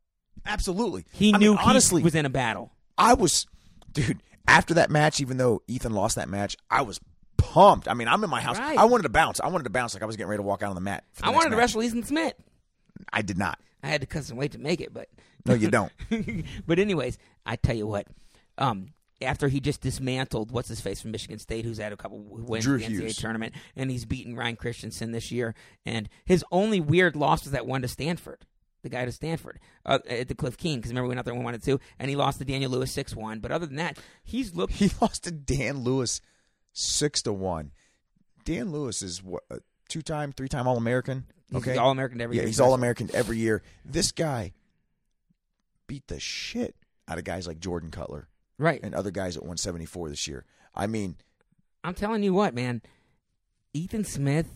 Absolutely.
He
I
knew
mean, honestly.
he was in a battle.
I was, dude. After that match, even though Ethan lost that match, I was pumped. I mean, I'm in my house.
Right.
I wanted to bounce. I wanted to bounce like I was getting ready to walk out on the mat. for the
I
next
wanted to
match.
wrestle Easton Smith.
I did not.
I had to cut some weight to make it, but
No,
<laughs>
you don't.
but anyways, I tell you what. Um, after he just dismantled what's his face from Michigan State, who's had a couple who wins
Drew
the NCAA
Hughes.
tournament, and he's beaten Ryan Christensen this year. And his only weird loss was that one to Stanford, the guy to Stanford uh, at the Cliff Keen. Because remember we went out there and won it too, and he lost to Daniel Lewis six one. But other than that, he's looked
He lost to Dan Lewis six to one. Dan Lewis is what a two time, three time All American.
he's
Okay,
all American every
yeah,
year.
he's All American every year. This guy beat the shit out of guys like Jordan Cutler
right.
and other guys at 174 this year. I mean,
I'm telling you what, man. Ethan Smith,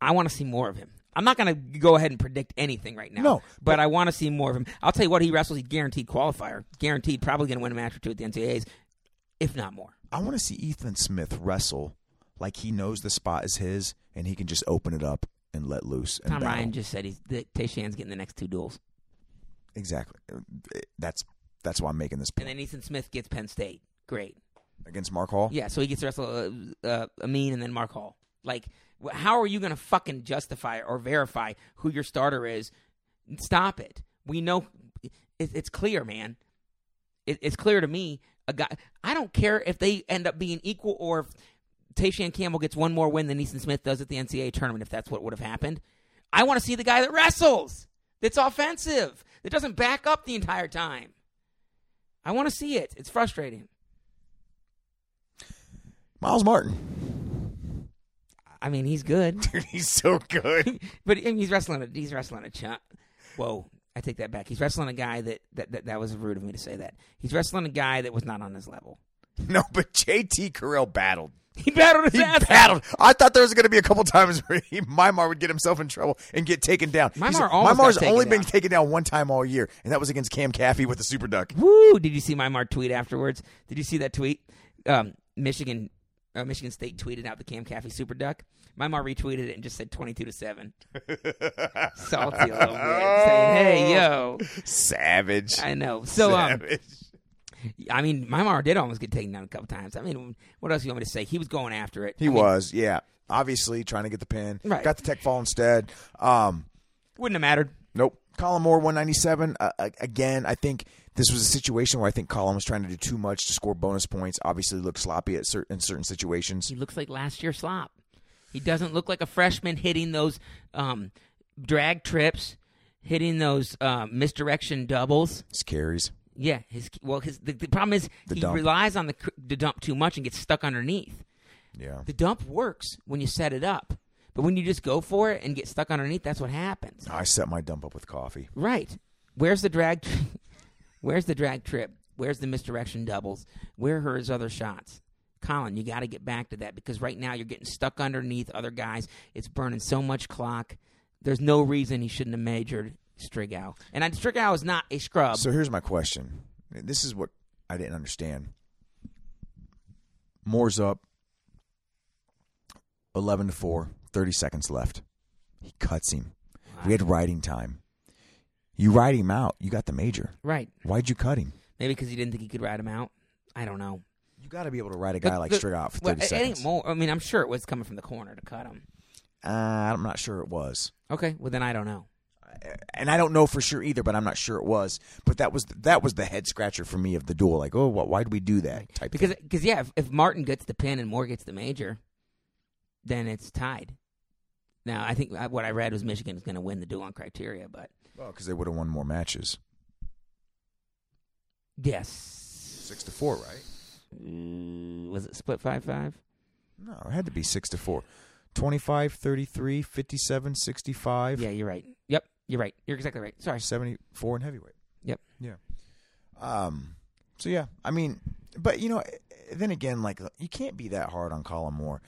I want to see more of him. I'm not going to go ahead and predict anything right now.
No,
but, I want to see more of him. I'll tell you what, he wrestles a guaranteed qualifier, guaranteed, probably going to win a match or two at the NCAA's, if not more.
I want to see Ethan Smith wrestle like he knows the spot is his and he can just open it up and let loose. And
Tom
battle.
Ryan just said he's that Tayshan's getting the next two duels,
exactly. Uh, That's that's why I'm making this
and
point
then Ethan Smith gets Penn State. Great,
against Mark Hall.
yeah. So he gets to wrestle uh, uh, Amin and then Mark Hall. Like, wh- how are you going to fucking justify or verify who your starter is? Stop it. We know it, it's clear, man. it, it's clear to me a guy i don't care if they end up being equal or if Tayshan Campbell gets one more win than Easton Smith does at the NCAA tournament, if that's what would have happened, I want to see the guy that wrestles, that's offensive, that doesn't back up the entire time. I want to see it. It's frustrating.
Miles Martin. <laughs>
I mean, he's good,
Dude, he's so
<laughs>
good.
but I mean, he's wrestling. A, he's wrestling a chump. Whoa, I take that back. He's wrestling a guy that that, that that was rude of me to say that. He's wrestling a guy that was not on his level. <laughs>
No, but JT Carell battled.
He battled his
He
ass. off.
battled. I thought there was going to be a couple times where he, Mymar would get himself in trouble and get taken down.
Mymar
He's-
almost got
Mymar's
taken
only been
down.
taken down one time all year, and that was against Cam Caffey with the Super
<laughs>
Duck.
Woo! Did you see my Mark tweet afterwards? Did you see that tweet? Um, Michigan, uh, Michigan State tweeted out the Cam Caffey Super Duck. My Mar retweeted it and just said twenty-two
<laughs>
to seven. Salty a little bit, saying, "Hey, yo,
Oh. Savage.
I know." So, um,
Savage.
I mean, my Mar did almost get taken down a couple times. I mean, what else do you want me to say? He was going after it.
He was, yeah. Obviously, trying to get the pin.
Right.
Got the tech fall instead. Um,
Wouldn't have mattered.
Nope. Colin Moore, 197. Uh, uh, again, I think this was a situation where I think Colin was trying to do too much to score bonus points. Obviously, looked sloppy at cer- in certain situations.
He looks like last year's slop. He doesn't look like a freshman hitting those um, drag trips, hitting those um, misdirection doubles.
His carries.
Yeah, his well, his the, the problem is
The
he
dump.
relies on the cr- the dump too much and gets stuck underneath.
Yeah.
The dump works when you set it up, but when you just go for it and get stuck underneath, that's what happens.
I set my dump up with coffee.
Right? Where's the drag? <laughs> Where's the drag trip? Where's the misdirection doubles? Where are his other shots? Colin, you got to get back to that because right now you're getting stuck underneath other guys. It's burning so much clock. There's no reason he shouldn't have majored Strigow. And I, Strigow is not a scrub.
So here's my question. This is what I didn't understand. Moore's up 11 to 4, 30 seconds left. He cuts him. We had riding time. You ride him out, you got the major.
right.
Why'd you cut him?
Maybe because he didn't think he could ride him out. I don't know.
You got to be able to ride a guy
The-
like
the-
Strigoff for 30
well, it- It ain't
seconds.
more. I mean, I'm sure it was coming from the corner to cut him.
Uh, I'm not sure it was.
Okay, well then I don't know.
And I don't know for sure either, but I'm not sure it was. But that was that was the head scratcher for me of the duel. Like, oh, wh- why'd we do that? Type
Because
thing.
because yeah, if, if Martin gets the pin and Moore gets the major, then it's tied. Now I think I- what I read was Michigan is going to win the duel on criteria, but
Well, 'cause they would have won more matches.
yes,
Six to four, right?
Mm, was it split five five?
No, it had to be six to four. 25, 33, 57, 65,
Yeah, you're right. Yep, you're right. You're exactly right. Sorry.
74 in heavyweight.
Yep.
Yeah. Um. So yeah, I mean, but you know, then again, like you can't be that hard on Colin Moore.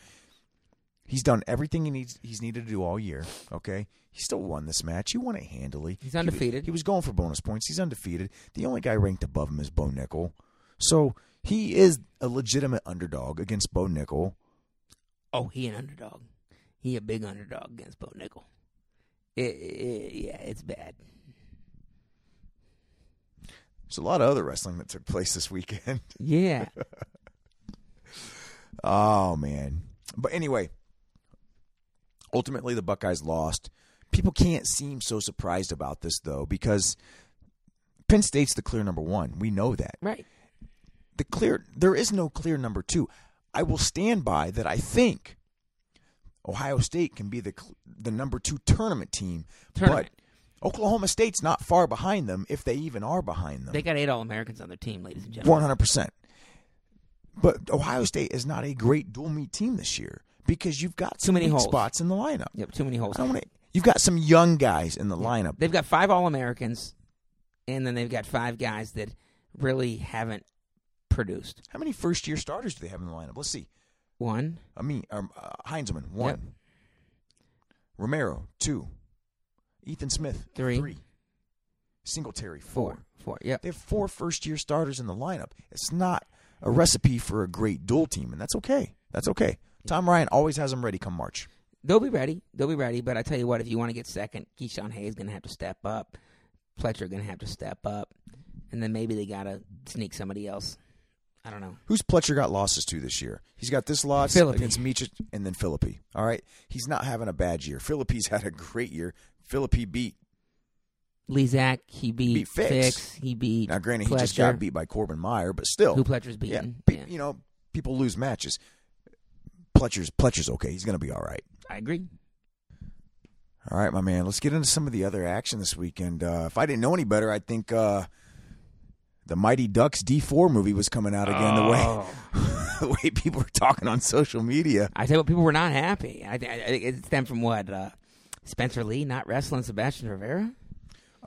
He's done everything he needs. He's needed to do all year. Okay, he still won this match. He won it handily.
He's
He wa-
undefeated.
He, was going for bonus points. He's undefeated. The only guy ranked above him is Bo Nickel, so he is a legitimate underdog against Bo Nickel.
Oh, he an underdog. He a big underdog against Bo Nickel. It, it, yeah, it's bad.
There's a lot of other wrestling that took place this weekend. <laughs>
Yeah.
Oh man. But anyway, ultimately the Buckeyes lost. People can't seem so surprised about this though because Penn State's the clear number 1. We know that.
right.
The clear there is no clear number 2. I will stand by that I think Ohio State can be the cl- the number 2 tournament team,
Tournament.
but Oklahoma State's not far behind them if they even are behind them.
They got eight All Americans on their team, ladies and gentlemen.
One hundred percent. But Ohio State is not a great dual meet team this year because you've got some
many
weak
holes.
spots in the lineup.
Yep, too many holes.
I don't want to. You've got some young guys in the lineup.
They've got five All Americans, and then they've got five guys that really haven't produced.
How many first year starters do they have in the lineup? Let's see.
One,
I mean, um, uh, Heinzelman one, Romero two, Ethan Smith
Three.
three, Singletary
four,
four.
four. Yep.
They have four first year starters in the lineup. It's not a recipe for a great dual team, and that's okay. That's okay. Tom Ryan always has them ready come March.
They'll be ready. They'll be ready. But I tell you what, if you want to get second, Keyshawn Hayes going to have to step up. Pletcher going to have to step up, and then maybe they got to sneak somebody else. I don't know.
Who's Pletcher got losses to this year? He's got this loss
Philippi.
against Michich and then Philippi. All right. He's not having a bad year. Philippi's <laughs> had a great year. Philippi beat.
Lee Zach, he beat,
Beat Fix.
He beat
Now, granted, he
Pletcher,
just got beat by Corbin Meyer, but still.
Who Pletcher's
yeah,
beaten?
pe-
Yeah.
You know, people lose matches. Pletcher's Pletcher's okay. He's gonna be all right.
I agree.
All right, my man. Let's get into some of the other action this weekend. Uh, if I didn't know any better, I think uh, the Mighty Ducks D4 movie was coming out again. The way <laughs> the way people were talking on social media.
I tell you what, people were not happy. I, thi- I, I think it stemmed from what uh, Spencer Lee not wrestling Sebastian Rivera.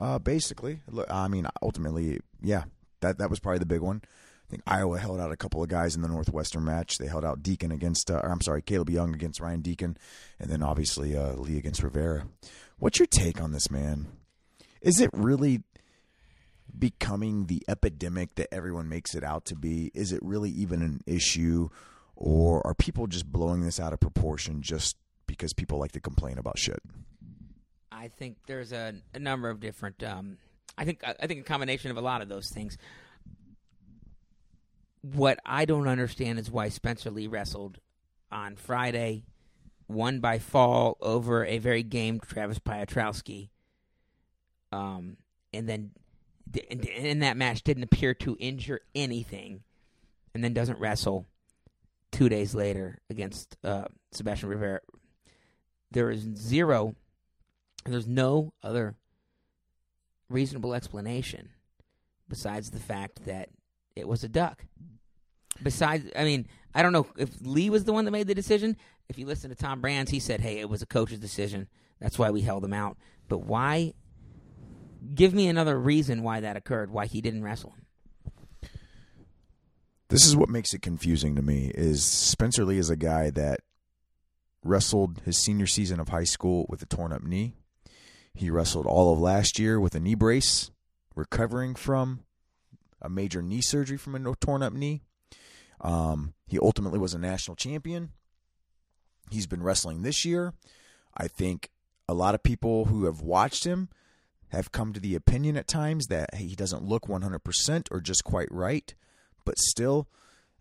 Uh, basically, Look, I mean, ultimately, yeah, that that was probably the big one. I think Iowa held out a couple of guys in the Northwestern match. They held out Deacon against, uh, or I'm sorry, Caleb Young against Ryan Deacon, and then obviously uh, Lee against Rivera. What's your take on this, man? Is it really becoming the epidemic that everyone makes it out to be? Is it really even an issue, or are people just blowing this out of proportion just because people like to complain about shit?
I think there's a, a number of different. Um, I think I think a combination of a lot of those things. What I don't understand is why Spencer Lee wrestled on Friday, won by fall over a very game Travis Piotrowski, um, and then di- in, in that match didn't appear to injure anything, and then doesn't wrestle two days later against uh, Sebastian Rivera. There is zero and there's no other reasonable explanation besides the fact that it was a duck. Besides, I mean, I don't know if Lee was the one that made the decision. If you listen to Tom Brands, he said, hey, it was a coach's decision. That's why we held him out. But why? Give me another reason why that occurred, why he didn't wrestle him.
This is what makes it confusing to me is Spencer Lee is a guy that wrestled his senior season of high school with a torn up knee. He wrestled all of last year with a knee brace, recovering from a major knee surgery from a no- torn up knee. Um, he ultimately was a national champion. He's been wrestling this year. I think a lot of people who have watched him have come to the opinion at times that he doesn't look 100% or just quite right. But still,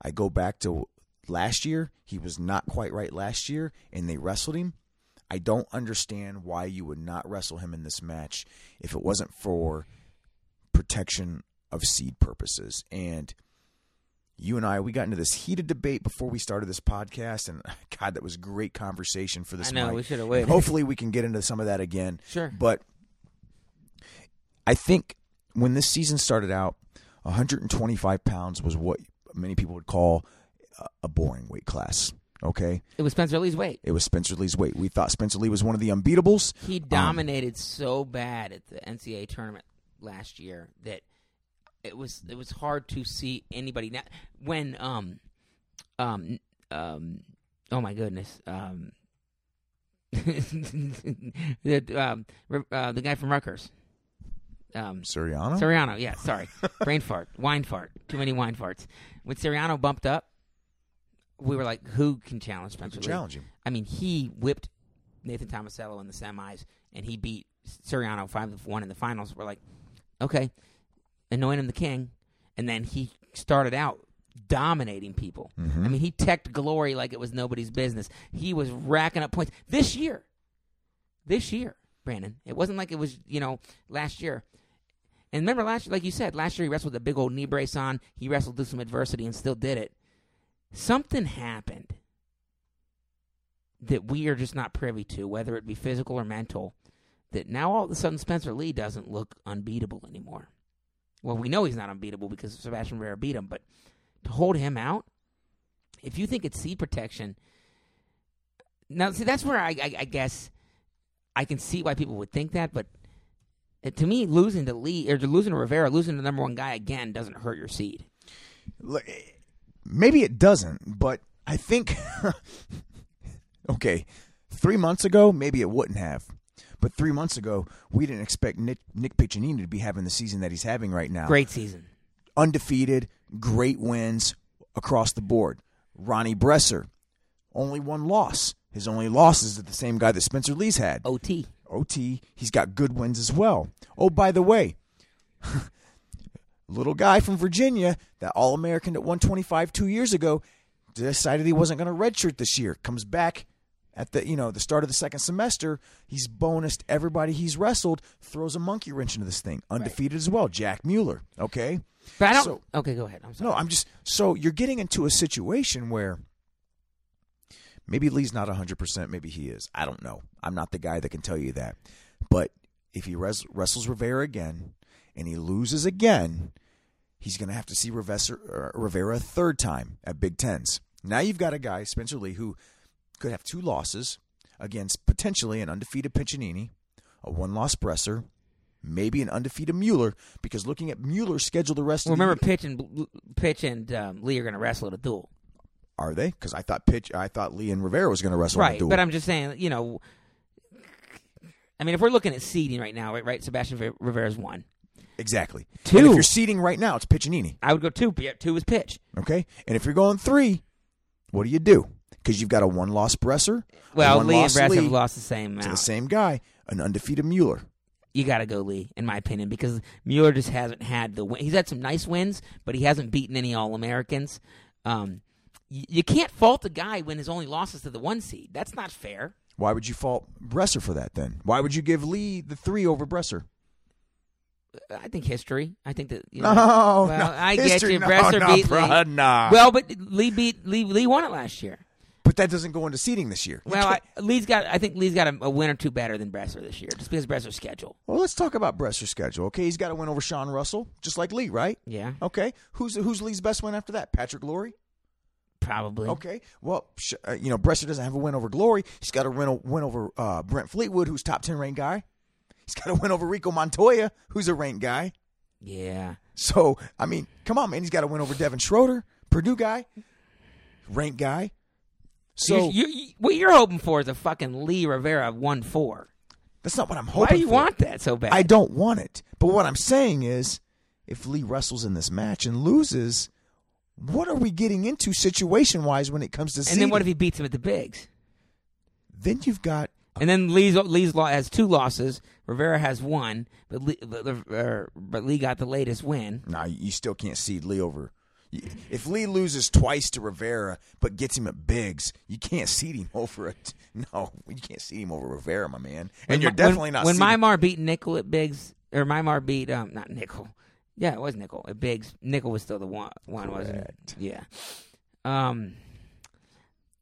I go back to last year. He was not quite right last year, and they wrestled him. I don't understand why you would not wrestle him in this match if it wasn't for protection of seed purposes. And you and I, we got into this heated debate before we started this podcast, and <laughs> God, that was great conversation for this.
I know,
mic.
we should have waited.
And Hopefully, we can get into some of that again.
Sure.
But I think when this season started out, 125 pounds was what many people would call a- a boring weight class. Okay,
It was Spencer Lee's weight.
it was Spencer Lee's weight. We thought Spencer Lee was one of the unbeatables.
He dominated so bad at the NCAA tournament last year that it was it was hard to see anybody now when um um um oh my goodness um <laughs> the um re- uh, the guy from Rutgers um
Suriano. <laughs>
Soriano, yeah, sorry. Brain fart. Wine fart. Too many wine farts. When Soriano bumped up, we were like, who can challenge Spencer Lee?
challenge him.
I mean, he whipped Nathan Tomasello in the semis, and he beat Soriano 5 1 in the finals. We're like, okay, anoint him the king. And then he started out dominating people.
Mm-hmm.
I mean, he teched glory like it was nobody's business. He was racking up points. This year, this year, Brandon, it wasn't like it was, you know, last year. And remember last year, like you said, last year he wrestled with a big old knee brace on. He wrestled through some adversity and still did it. Something happened that we are just not privy to, whether it be physical or mental, that now all of a sudden Spencer Lee doesn't look unbeatable anymore. Well, we know he's not unbeatable because Sebastian Rivera beat him, but to hold him out, if you think it's seed protection, now see that's where I, I, I guess I can see why people would think that, but uh, to me, losing to Lee or to losing to Rivera, losing to the number one guy again doesn't hurt your seed.
Look, maybe it doesn't, but I think <laughs> okay, three months ago maybe it wouldn't have, but three months ago we didn't expect Nick Nick Piccinini to be having the season that he's having right now.
Great season.
undefeated, great wins across the board. Ronnie Bresser, only one loss. His only loss is to the same guy that Spencer Lee's had.
OT.
OT, he's got good wins as well. Oh, by the way, <laughs> little guy from Virginia, that All American at 125 two years ago, decided he wasn't going to redshirt this year. Comes back at the you know the start of the second semester, he's bonused everybody he's wrestled. Throws a monkey wrench into this thing, undefeated as well. Jack Mueller, okay.
But I don't.
So-
okay, go ahead. I'm sorry.
No, I'm just so you're getting into a situation where Maybe Lee's not 100%. Maybe he is. I don't know. I'm not the guy that can tell you that. But if he res- wrestles Rivera again and he loses again, he's going to have to see Rivera, Rivera a third time at Big Tens. Now you've got a guy, Spencer Lee, who could have two losses against potentially an undefeated Piccinini, a one loss Bresser, maybe an undefeated Mueller, because looking at Mueller's schedule the rest
Well,
of the
remember, Pitch and Pitch and um, Lee are going to wrestle at a duel,
Are they? Because I thought pitch. I thought Lee and Rivera was going to wrestle. in
right?
the duel.
But I'm just saying, you know, I mean, if we're looking at seeding right now, right? right Sebastian Ve- Rivera's one.
exactly.
Two.
And if you're seating right now, it's Piccinini.
I would go two. but yeah, Two is Pitch.
Okay. And if you're going three, what do you do? Because you've got a one-loss Bresser. a
Well, Lee and
one-loss
Bress
Lee
have lost the same
to
amount.
the same guy, an undefeated Mueller.
You got to go Lee, in my opinion, because Mueller just hasn't had the win. He's had some nice wins, but he hasn't beaten any All Americans. Um, y- you can't fault a guy when his only loss is to the one seed. That's not fair.
Why would you fault Bresser for that then? Why would you give Lee the three over Bresser?
I think history. I think that. You
No, <laughs>
know,
no,
<laughs> well, I
history,
get you.
no,
Bresser
no,
beat
bruh,
Lee.
nah.
Well, but Lee beat Lee. Lee won it last year.
but that doesn't go into seating this year. You
Well, I,
can't-
Lee's got. I think Lee's got a, a win or two better than Bresser this year, just because Bresser's schedule.
well, let's talk about Bresser's schedule. Okay, he's got to win over Sean Russell, just like Lee, right?
Yeah,
Okay, who's who's Lee's best win after that? Patrick Glory.
probably.
Okay. Well, sh- uh, you know, Bresser doesn't have a win over Glory. He's got a win, o- win over uh, Brent Fleetwood, who's top 10 ranked guy. He's got a win over Rico Montoya, who's a ranked guy.
Yeah.
So, I mean, come on, man. He's got a win over Devin Schroeder, Purdue guy, ranked guy. So,
So you, you, what you're hoping for is a fucking Lee Rivera one four.
that's not what I'm hoping
Why do you
for.
want that so bad?
I don't want it. But what I'm saying is, if Lee wrestles in this match and loses, what are we getting into situation wise when it comes to
and then what if
seeding?
he beats him at the bigs?
Then you've got
And then Lee's Lee's law has two losses. Rivera has one, but Lee, but, uh, but Lee got the latest win.
Nah, you still can't seed Lee over. you- If Lee loses twice to Rivera but gets him at Biggs, you can't seed him <laughs> over it. No, you can't seed him over Rivera, my man. And
When
you're
my-
definitely
when,
not.
When
seeding-
Mymar beat Nickel at Biggs, or Mymar beat um not Nickel, yeah, it was Nickel at Biggs. Nickel was still the one, one wasn't it?
Correct.
Yeah. Um,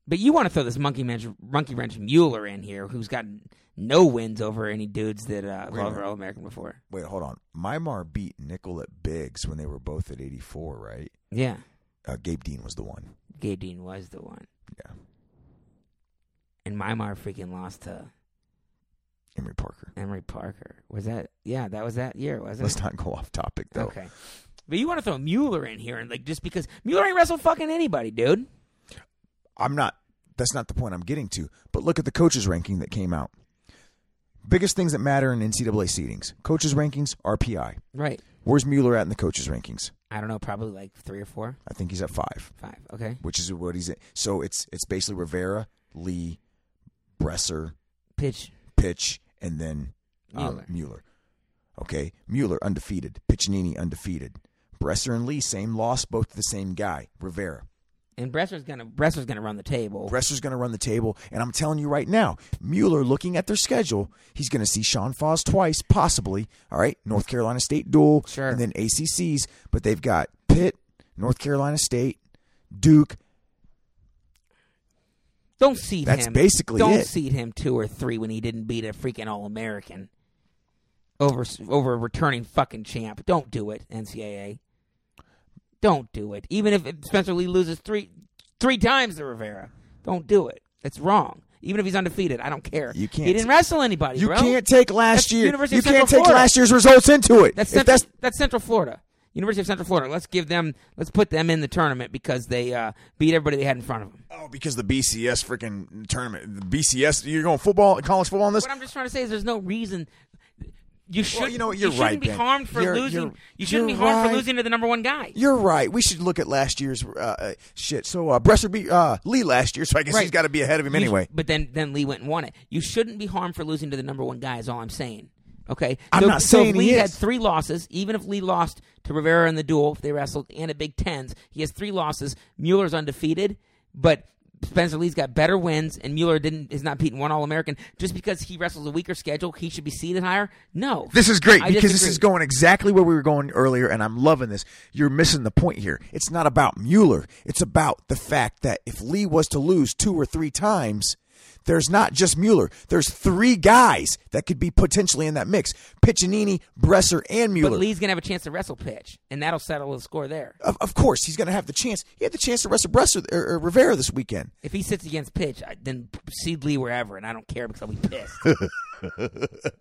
but you want to throw this monkey wrench, monkey wrench Mueller in here, who's got no wins over any dudes that uh,
Wait a
over
minute.
All American before.
wait, hold on. Mymar beat Nickel at Biggs when they were both at 84, right?
Yeah,
Uh, Gabe Dean was the one.
Gabe Dean was the one,
Yeah,
and Mymar freaking lost to
Emory Parker.
Emery Parker. Was that? Yeah, that was that year, wasn't
Let's
it?
not go off topic though.
Okay. But you want to throw Mueller in here, and like just because Mueller ain't wrestled fucking anybody, dude.
I'm not. That's not the point I'm getting to. But look at the coaches ranking that came out. Biggest things that matter in NCAA seedings: coaches rankings, RPI.
Right.
Where's Mueller at in the coaches rankings?
I don't know, probably like three or four,
I think he's at five,
five. Okay.
which is what he's at. So it's it's basically Rivera, Lee, Bresser,
Pitch.
Pitch, and then um,
Mueller.
Mueller. Okay, Mueller undefeated, Piccinini undefeated, Bresser and Lee same loss, both to the same guy, Rivera.
And Bresser's gonna Bresser's gonna run the table.
Bresser's going to run the table, and I'm telling you right now, Mueller, looking at their schedule, he's going to see Sean Foss twice, possibly. All right, North Carolina State duel,
Sure.
and then ACCs, but they've got Pitt, North Carolina State, Duke,
Don't seed
That's
him.
basically
Don't
it.
seed him two or three when he didn't beat a freaking All American over over a returning fucking champ. Don't do it, NCAA. Don't do it. Even if Spencer Lee loses three three times to Rivera, don't do it. It's wrong. Even if he's undefeated, I don't care.
You can't-
He didn't wrestle anybody.
You
bro.
can't take last
That's
year.
University
you
of Central
can't take
Florida.
last year's results into it.
That's
If
Central,
that's-
that's, Central Florida, University of Central Florida. Let's give them. Let's put them in the tournament because they uh, beat everybody they had in front of them.
oh, because the BCS freaking tournament, the BCS. You're going football, college football on this.
What I'm just trying to say is, there's no reason. You should.
you know what, you're
you shouldn't
right,
be
Ben.
harmed for
You're-
losing.
you're-
you shouldn't be
you're
harmed
right.
for losing to the number one guy.
You're right. We should look at last year's uh, uh, shit. So uh, Bresser beat uh, Lee last year, so I guess
Right.
he's got to be ahead of him
You sh-
anyway.
but then, then Lee went and won it. You shouldn't be harmed for losing to the number one guy. Is all I'm saying. Okay,
I'm
so,
not
so
saying
if Lee
he
had
is.
three losses. Even if Lee lost to Rivera in the duel, if they wrestled and at Big Tens, he has three losses. Mueller's undefeated, but Spencer Lee's got better wins, and Mueller didn't is not beating one All American just because he wrestles a weaker schedule. He should be seeded higher. No,
This is great
I
because this
disagree.
is going exactly where we were going earlier, and I'm loving this. You're missing the point here. It's not about Mueller. It's about the fact that if Lee was to lose two or three times, there's not just Mueller. There's three guys that could be potentially in that mix: Piccinini, Bresser, and
But
Mueller.
Lee's gonna have a chance to wrestle pitch, and that'll settle the score there.
of, of course, he's going to have the chance. He had the chance to wrestle Bresser or, or Rivera this weekend.
If he sits against pitch, I, then seed Lee wherever, and I don't care because I'll be
<laughs>
pissed.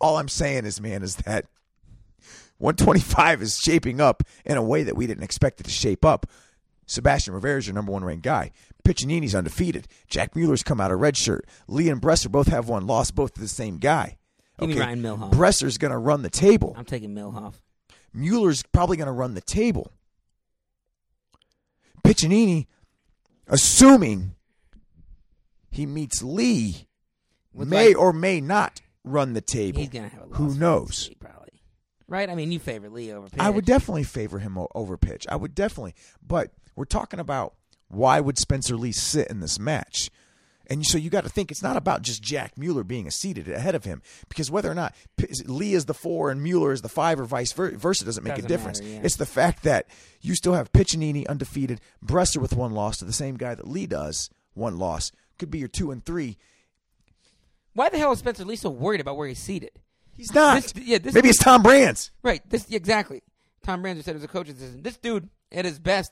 All I'm saying is, man, is that 125 is shaping up in a way that we didn't expect it to shape up. Sebastian Rivera's your number one ranked guy. Piccinini's undefeated. Jack Mueller's come out of red shirt. Lee and Bresser both have one loss, both to the same guy.
Give me Ryan Milhoff.
Bresser's going to run the table.
I'm taking Milhoff.
Mueller's probably going to run the table. Piccinini, assuming he meets Lee,
With
may
like-
or may not run the table.
He's gonna have a loss
Who
for
knows?
Lee, probably. Right? I mean, you favor Lee over pitch.
I would definitely favor him o- over Pitch. I would definitely. But we're talking about why would Spencer Lee sit in this match? And so you got to think it's not about just Jack Mueller being a seated ahead of him because whether or not P- Lee is the four and Mueller is the five or vice ver- versa doesn't make a
Doesn't
difference.
matter, yeah.
It's the fact that you still have Piccinini undefeated, Bresser with one loss to the same guy that Lee does, one loss. Could be your two and three.
Why the hell is Spencer Lee so worried about where he's seated?
He's not.
This- yeah, this-
Maybe it's Tom Brands.
Right. This exactly. Tom Brander said it was a coach's decision. This dude, at his best,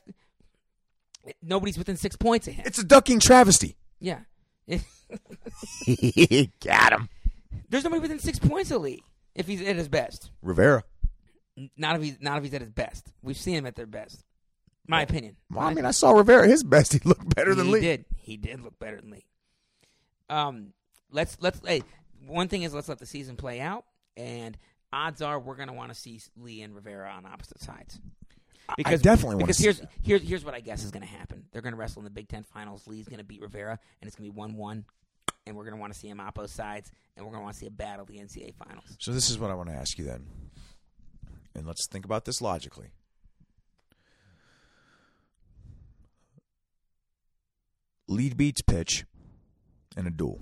nobody's within six points of him.
It's a ducking travesty.
yeah. <laughs> There's
<laughs> Got him.
nobody within six points of Lee if he's at his best.
Rivera.
N- Not if he's not if he's at his best. We've seen him at their best. My opinion.
Well,
My-
I mean, I saw Rivera his best. <laughs> He looked better than
he
Lee.
did. He did look better than Lee. Um, let's let's. Hey, one thing is let's let the season play out, and odds are we're gonna want to see Lee and Rivera on opposite sides.
I definitely want to
because
see.
here's here's here's what I guess is gonna happen. They're gonna wrestle in the Big Ten Finals. Lee's gonna beat Rivera, and it's gonna be one one, and we're gonna want to see him opposite sides, and we're gonna want to see a battle at the NCAA Finals.
so this is what I want to ask you then, and let's think about this logically. Lee beats Pitch in a duel.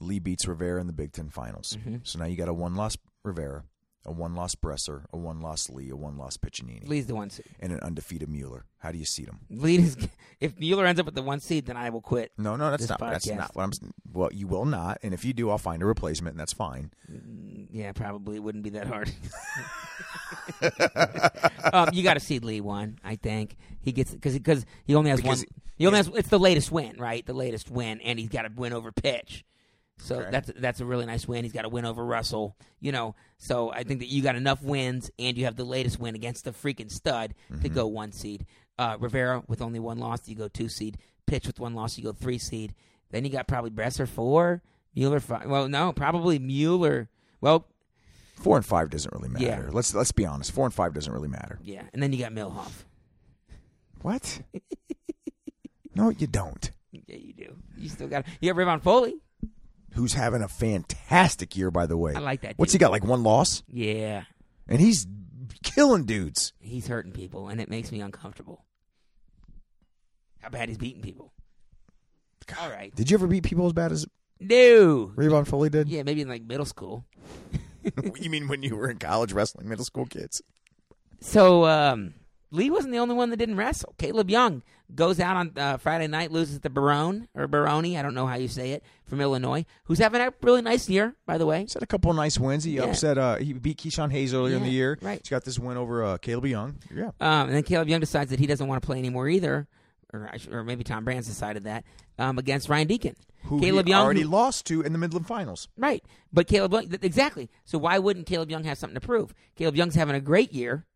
Lee beats Rivera in the Big Ten Finals.
Mm-hmm.
So now you got a one-loss Rivera, a one-loss Bresser, a one-loss Lee, a one-loss Piccinini,
Lee's the one seed.
and an undefeated Mueller. How do you seed him?
Lee is <laughs> if Mueller ends up with the one seed, then I will quit.
No, no, that's
This
not. That's
podcast.
not what I'm. s- Well, you will not, and if you do, I'll find a replacement, and that's fine.
Yeah, probably it wouldn't be that
<laughs>
hard. um, you got to see Lee one, I think. He gets because because he only has
Because
one. He only has it's the latest win, right? The latest win, and he's got a win over Pitch. So
Okay.
that's that's a really nice win. He's got a win over Russell, you know. So I think that you got enough wins, and you have the latest win against the freaking stud to
Mm-hmm.
go one seed. Uh, Rivera with only one loss, you go two seed. Pitch with one loss, you go three seed. Then you got probably Bresser four, Mueller five. Well, no, probably Mueller. Well,
Four and five doesn't really matter.
Yeah.
Let's let's be honest. Four and five doesn't really matter.
Yeah, and then you got Milhoff. <laughs>
What? no, you don't.
Yeah, you do. You still got you got Rivon Foley.
Who's having a fantastic year, by the way?
I like that
What's he
dude.
got? Like one loss,
Yeah,
and he's killing dudes.
he's hurting people, and it makes me uncomfortable. How bad he's beating people. All right,
Did you ever beat people as bad as
no.
Rayvon Foley did?
Yeah, maybe in like middle school.
<laughs> you mean when you were in college wrestling middle school kids?
So um, Lee wasn't the only one that didn't wrestle. Caleb Young goes out on uh, Friday night, loses to Barone or Baroni, I don't know how you say it, from Illinois, who's having a really nice year, by the way.
He's had a couple of nice wins. He
Yeah.
upset. Uh, he beat Keyshawn Hayes earlier in
Yeah,
the year.
right.
He's got this win over uh, Caleb Young. Yeah.
Um, and then Caleb Young decides that he doesn't want to play anymore either, or I sh- or maybe Tom Brands decided that um, against Ryan Deacon.
Who
Caleb
he
Young
already
who-
lost to in the Midland Finals.
right? But Caleb Young- th- exactly. So why wouldn't Caleb Young have something to prove? Caleb Young's having a great year,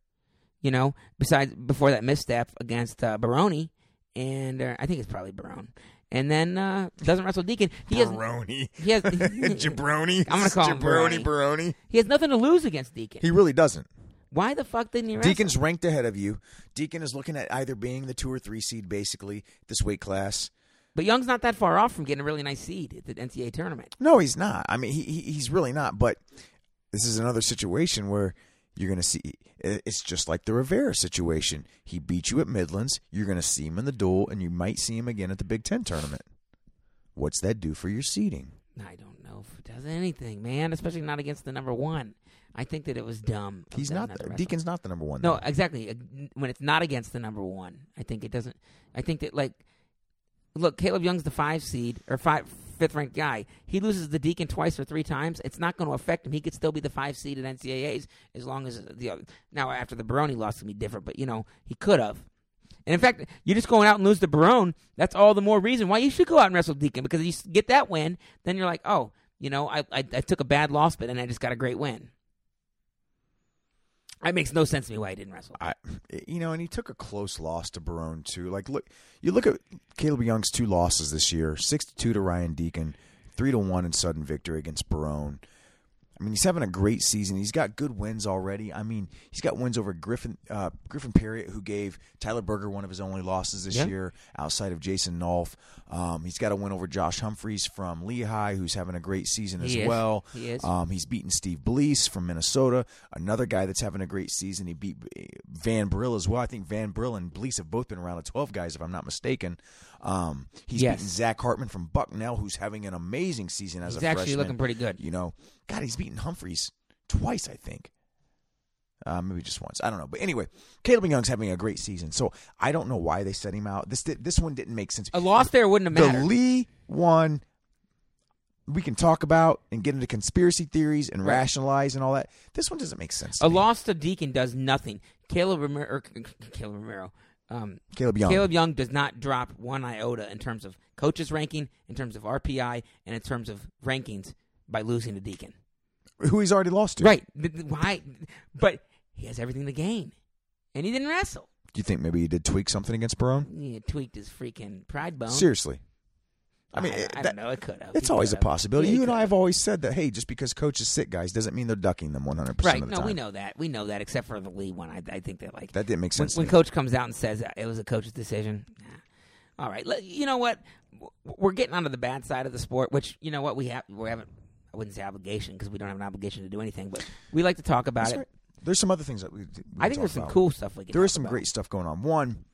you know. Besides before that misstep against uh, Baroni, and uh, I think it's probably Barone, and then uh, doesn't wrestle Deacon. He has <laughs>
Baroni.
he
<laughs>
has
Jabroni.
I'm gonna call him
Jabroni
Baroni.
Baroni.
he has nothing to lose against Deacon.
He really doesn't.
Why the fuck didn't he? Wrestle?
Deacon's ranked ahead of you. Deacon is looking at either being the two or three seed, basically, this weight class.
but Young's not that far off from getting a really nice seed at the NCAA tournament.
No, he's not. I mean, he, he he's really not. But this is another situation where You're going to see it- it's just like the Rivera situation. He beat you at Midlands. You're going to see him in the duel, and you might see him again at the Big Ten tournament. What's that do for your seeding?
I don't know if it does anything, man. Especially not against the number one. I think that it was dumb. of
He's
them
not.
to wrestle.
Deacon's not the number one.
No,
though.
exactly. Uh, When it's not against the number one, I think it doesn't. I think that like, look, Caleb Young's the five seed or five fifth ranked guy. He loses the Deacon twice or three times. It's not going to affect him. He could still be the five seed at NCAA's as long as the other. Now after the Barone loss, it'll be different. But you know he could have. And in fact, you're just going out and lose the Barone. That's all the more reason why you should go out and wrestle Deacon because if you s- get that win, then you're like, oh, you know, I I, I took a bad loss, but then I just got a great win. It makes no sense to me why he didn't wrestle.
I, you know, and he took a close loss to Barone too. Like, look, you look at Caleb Young's two losses this year: six to two to Ryan Deacon, three to one in sudden victory against Barone. I mean, he's having a great season. He's got good wins already. I mean, he's got wins over Griffin uh, Griffin Perriott, who gave Tyler Berger one of his only losses this
Yeah.
year, outside of Jason Nolf. Um, he's got a win over Josh Humphreys from Lehigh, who's having a great season as
He is.
well.
He is.
Um, he's beaten Steve Blease from Minnesota, another guy that's having a great season. He beat eh, Van Brill as well. I think Van Brill and Blease have both been around the 12 guys, if I'm not mistaken. Um, he's
Yes.
beaten Zach Hartman from Bucknell, who's having an amazing season as
He's
a
actually
freshman.
looking pretty good.
You know, God, he's beaten Humphreys twice, I think. Uh, maybe just once. I don't know. But anyway, Caleb Young's having a great season, so I don't know why they set him out. This did, this one didn't make sense.
A loss there wouldn't have
The
mattered.
Lee one we can talk about and get into conspiracy theories and
Right.
rationalize and all that. This one doesn't make sense. to
a
me.
loss to Deacon does nothing. Caleb Romero, or, Caleb Romero, um,
Caleb Young.
Caleb Young does not drop one iota in terms of coaches ranking, in terms of RPI, and in terms of rankings by losing to Deacon.
who he's already lost to.
Right? Th- th- Why? But he has everything to gain, and he didn't wrestle.
Do you think maybe he did tweak something against Barone?
He tweaked his freaking pride bone.
Seriously. I mean,
I,
it-
I
that-
don't know. It could have.
It's always a possibility. you and I have always said that, hey, just because coach is sick, guys, doesn't mean they're ducking them 100%
Right?
of the
No,
time.
we know that. We know that. Except for the Lee one, I, I think that like
That didn't make
when,
sense. to
when
me.
coach comes out and says uh, it was a coach's decision nah. all right let- you know what W- we're getting onto the bad side of the sport which you know what we have we haven't i wouldn't say obligation because we don't have an obligation to do anything but we like to talk about
That's
it
right. There's some other things that we, we
i think there's some cool stuff we can
There is
talk
some
about.
great stuff going on. One,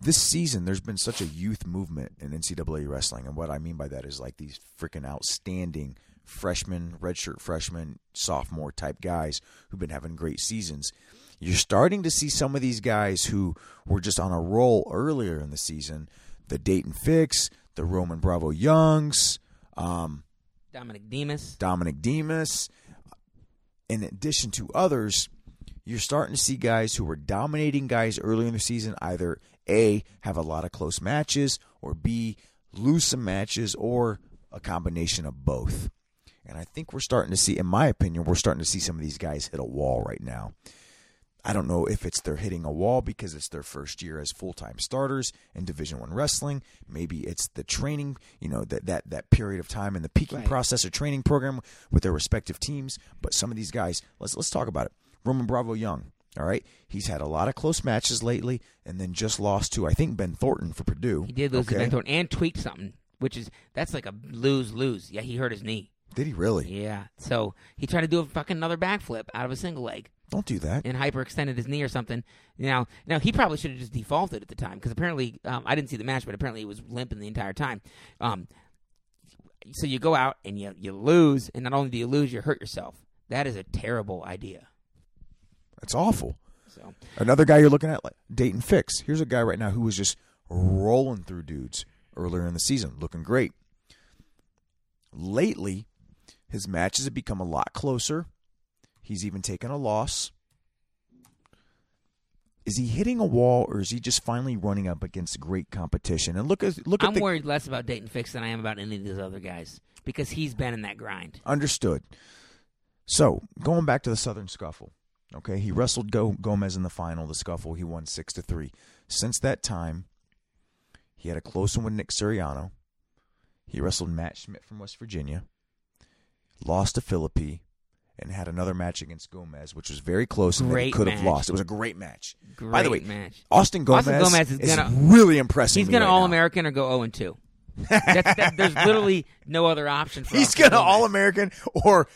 this season, there's been such a youth movement in NCAA wrestling. And what I mean by that is like these freaking outstanding freshmen, redshirt freshmen, sophomore type guys who've been having great seasons. You're starting to see some of these guys who were just on a roll earlier in the season the Dayton Fix, the Roman Bravo Youngs. Um,
dominic demas
Dominic Demas, in addition to others, you're starting to see guys who were dominating guys early in the season either A, have a lot of close matches, or B, lose some matches, or a combination of both. And I think we're starting to see, in my opinion, we're starting to see some of these guys hit a wall right now. I don't know if it's they're hitting a wall because it's their first year as full-time starters in Division 1 wrestling, maybe it's the training, you know, that that that period of time in the peaking
Right.
process or training program with their respective teams, but some of these guys, let's let's talk about it. Roman Bravo Young, all right? He's had a lot of close matches lately and then just lost to I think Ben Thornton for Purdue.
he did lose
okay?
to benthorn and tweaked something which is that's like a lose lose yeah he hurt his knee
Did he really?
yeah so he tried to do a fucking another backflip out of a single leg
Don't do that.
and hyperextended his knee or something. Now, now he probably should have just defaulted at the time because apparently um, I didn't see the match, but apparently he was limping the entire time. Um, so you go out and you you lose, and not only do you lose, you hurt yourself. That is a terrible idea.
That's awful.
So
Another guy you're looking at, like Dayton Fix. Here's a guy right now who was just rolling through dudes earlier in the season, looking great. Lately, his matches have become a lot closer. He's even taken a loss. Is he hitting a wall, or is he just finally running up against great competition? And look at look at
I'm
the
worried less about Dayton Fix than I am about any of these other guys because he's been in that grind.
Understood. So going back to the Southern scuffle, okay, he wrestled Go- Gomez in the final. The scuffle, he won six to three. Since that time, he had a close one with Nick Suriano. He wrestled Matt Schmidt from West Virginia, lost to Philippi, and had another match against Gomez, which was very close and that he
Great
could have
match.
lost. It was a great match.
Great
By the way,
match.
Austin Gomez,
Austin Gomez is gonna-
really impressive.
He's going to All American or go 0
<laughs>
and 2. That's, that, there's literally no other option for
He's
Austin
gonna
Gomez.
All American or
Or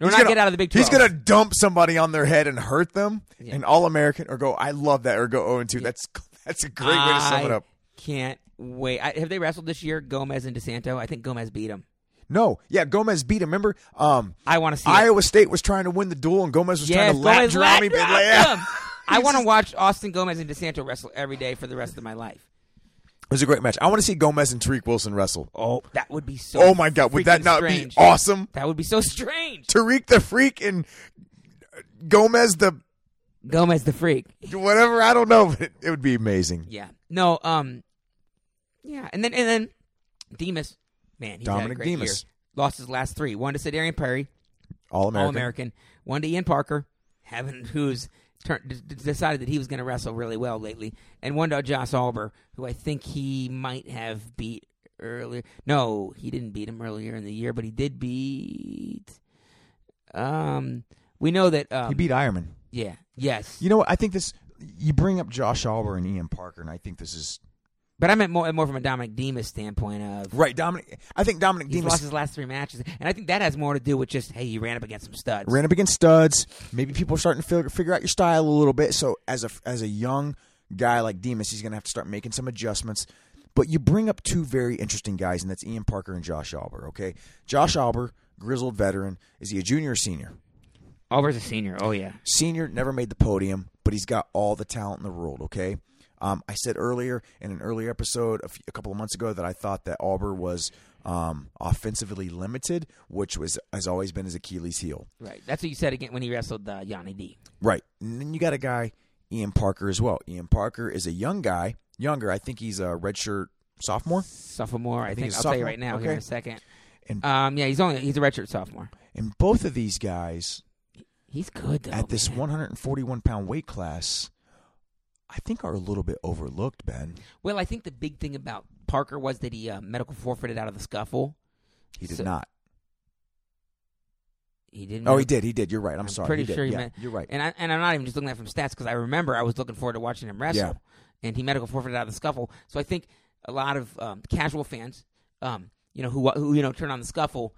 He's
not
gonna-
get out of the Big 12.
He's gonna dump somebody on their head and hurt them,
Yeah.
and all American or go. I love that or go zero and two. That's that's a great way to sum it
I
up.
Can't wait. I, have they wrestled this year? Gomez and DeSanto. I think Gomez beat him.
No, yeah, Gomez beat him. Remember, um,
I want to see. it.
Iowa State was trying to win the duel, and Gomez was
Yes,
trying to lap
Gomez
drown
lap
him. and
dropped
lay out. <laughs>
him. I want to watch Austin Gomez and DeSanto wrestle every day for the rest of my life.
It was a great match. I want to see Gomez and Tariq Wilson wrestle.
Oh, that would be so.
Oh my God, would that
freaking
not
strange.
be awesome?
That would be so <laughs> strange.
Tariq the Freak and Gomez the
Gomez the freak.
whatever. I don't know, but it, it would be amazing.
Yeah. No. Um. Yeah, and then and then Demas, man, he's had a
Dominic
great
Demas.
year. lost his last three. One to Sedarian Perry,
All American.
All American. One to Ian Parker, haven't who's turn, d- d- decided that he was going to wrestle really well lately, and one to Josh Alber, who I think he might have beat earlier. No, he didn't beat him earlier in the year, but he did beat. Um, we know that. Um,
He beat Ironman.
Yeah. Yes.
You know what? I think this. You bring up Josh Alber and Ian Parker, and I think this is
But I meant more more from a Dominic Demas standpoint of
right. Dominic. I think Dominic
He's
Demas
lost his last three matches, and I think that has more to do with just hey, you ran up against some studs.
ran up against studs. Maybe people are starting to figure, figure out your style a little bit. So as a as a young guy like Demas, he's going to have to start making some adjustments. But you bring up two very interesting guys, and that's Ian Parker and Josh Auber. Okay, Josh Auber, grizzled veteran, is he a junior or senior?
Albert's a senior. Oh yeah,
Senior never made the podium, but he's got all the talent in the world. Okay. Um, I said earlier in an earlier episode a, few, a couple of months ago that I thought that Auber was um, offensively limited, which was has always been his Achilles heel.
right. That's what you said again when he wrestled uh, Yanni D.
Right. And then you got a guy, Ian Parker, as well. Ian Parker is a young guy, younger. I think he's a redshirt sophomore.
Sophomore, I, think.
he's
I'll
a
tell you
sophomore.
right now here
Okay.
in a second.
And-
um, yeah, he's only he's a redshirt sophomore.
And both of these guys
He's good though.
at this
Oh, man.
141 pound weight class, I think are a little bit overlooked, Ben.
Well, I think the big thing about Parker was that he uh, medical forfeited out of the scuffle.
He did
So-
not.
He didn't.
Oh, he did. He did. You're right. I'm,
I'm
sorry.
pretty
he did.
sure he
yeah,
meant-
You're right.
And I and I'm not even just looking at it from stats because I remember I was looking forward to watching him wrestle,
Yeah.
and he medical forfeited out of the scuffle. So I think a lot of um, casual fans, um, you know, who who you know turn on the scuffle,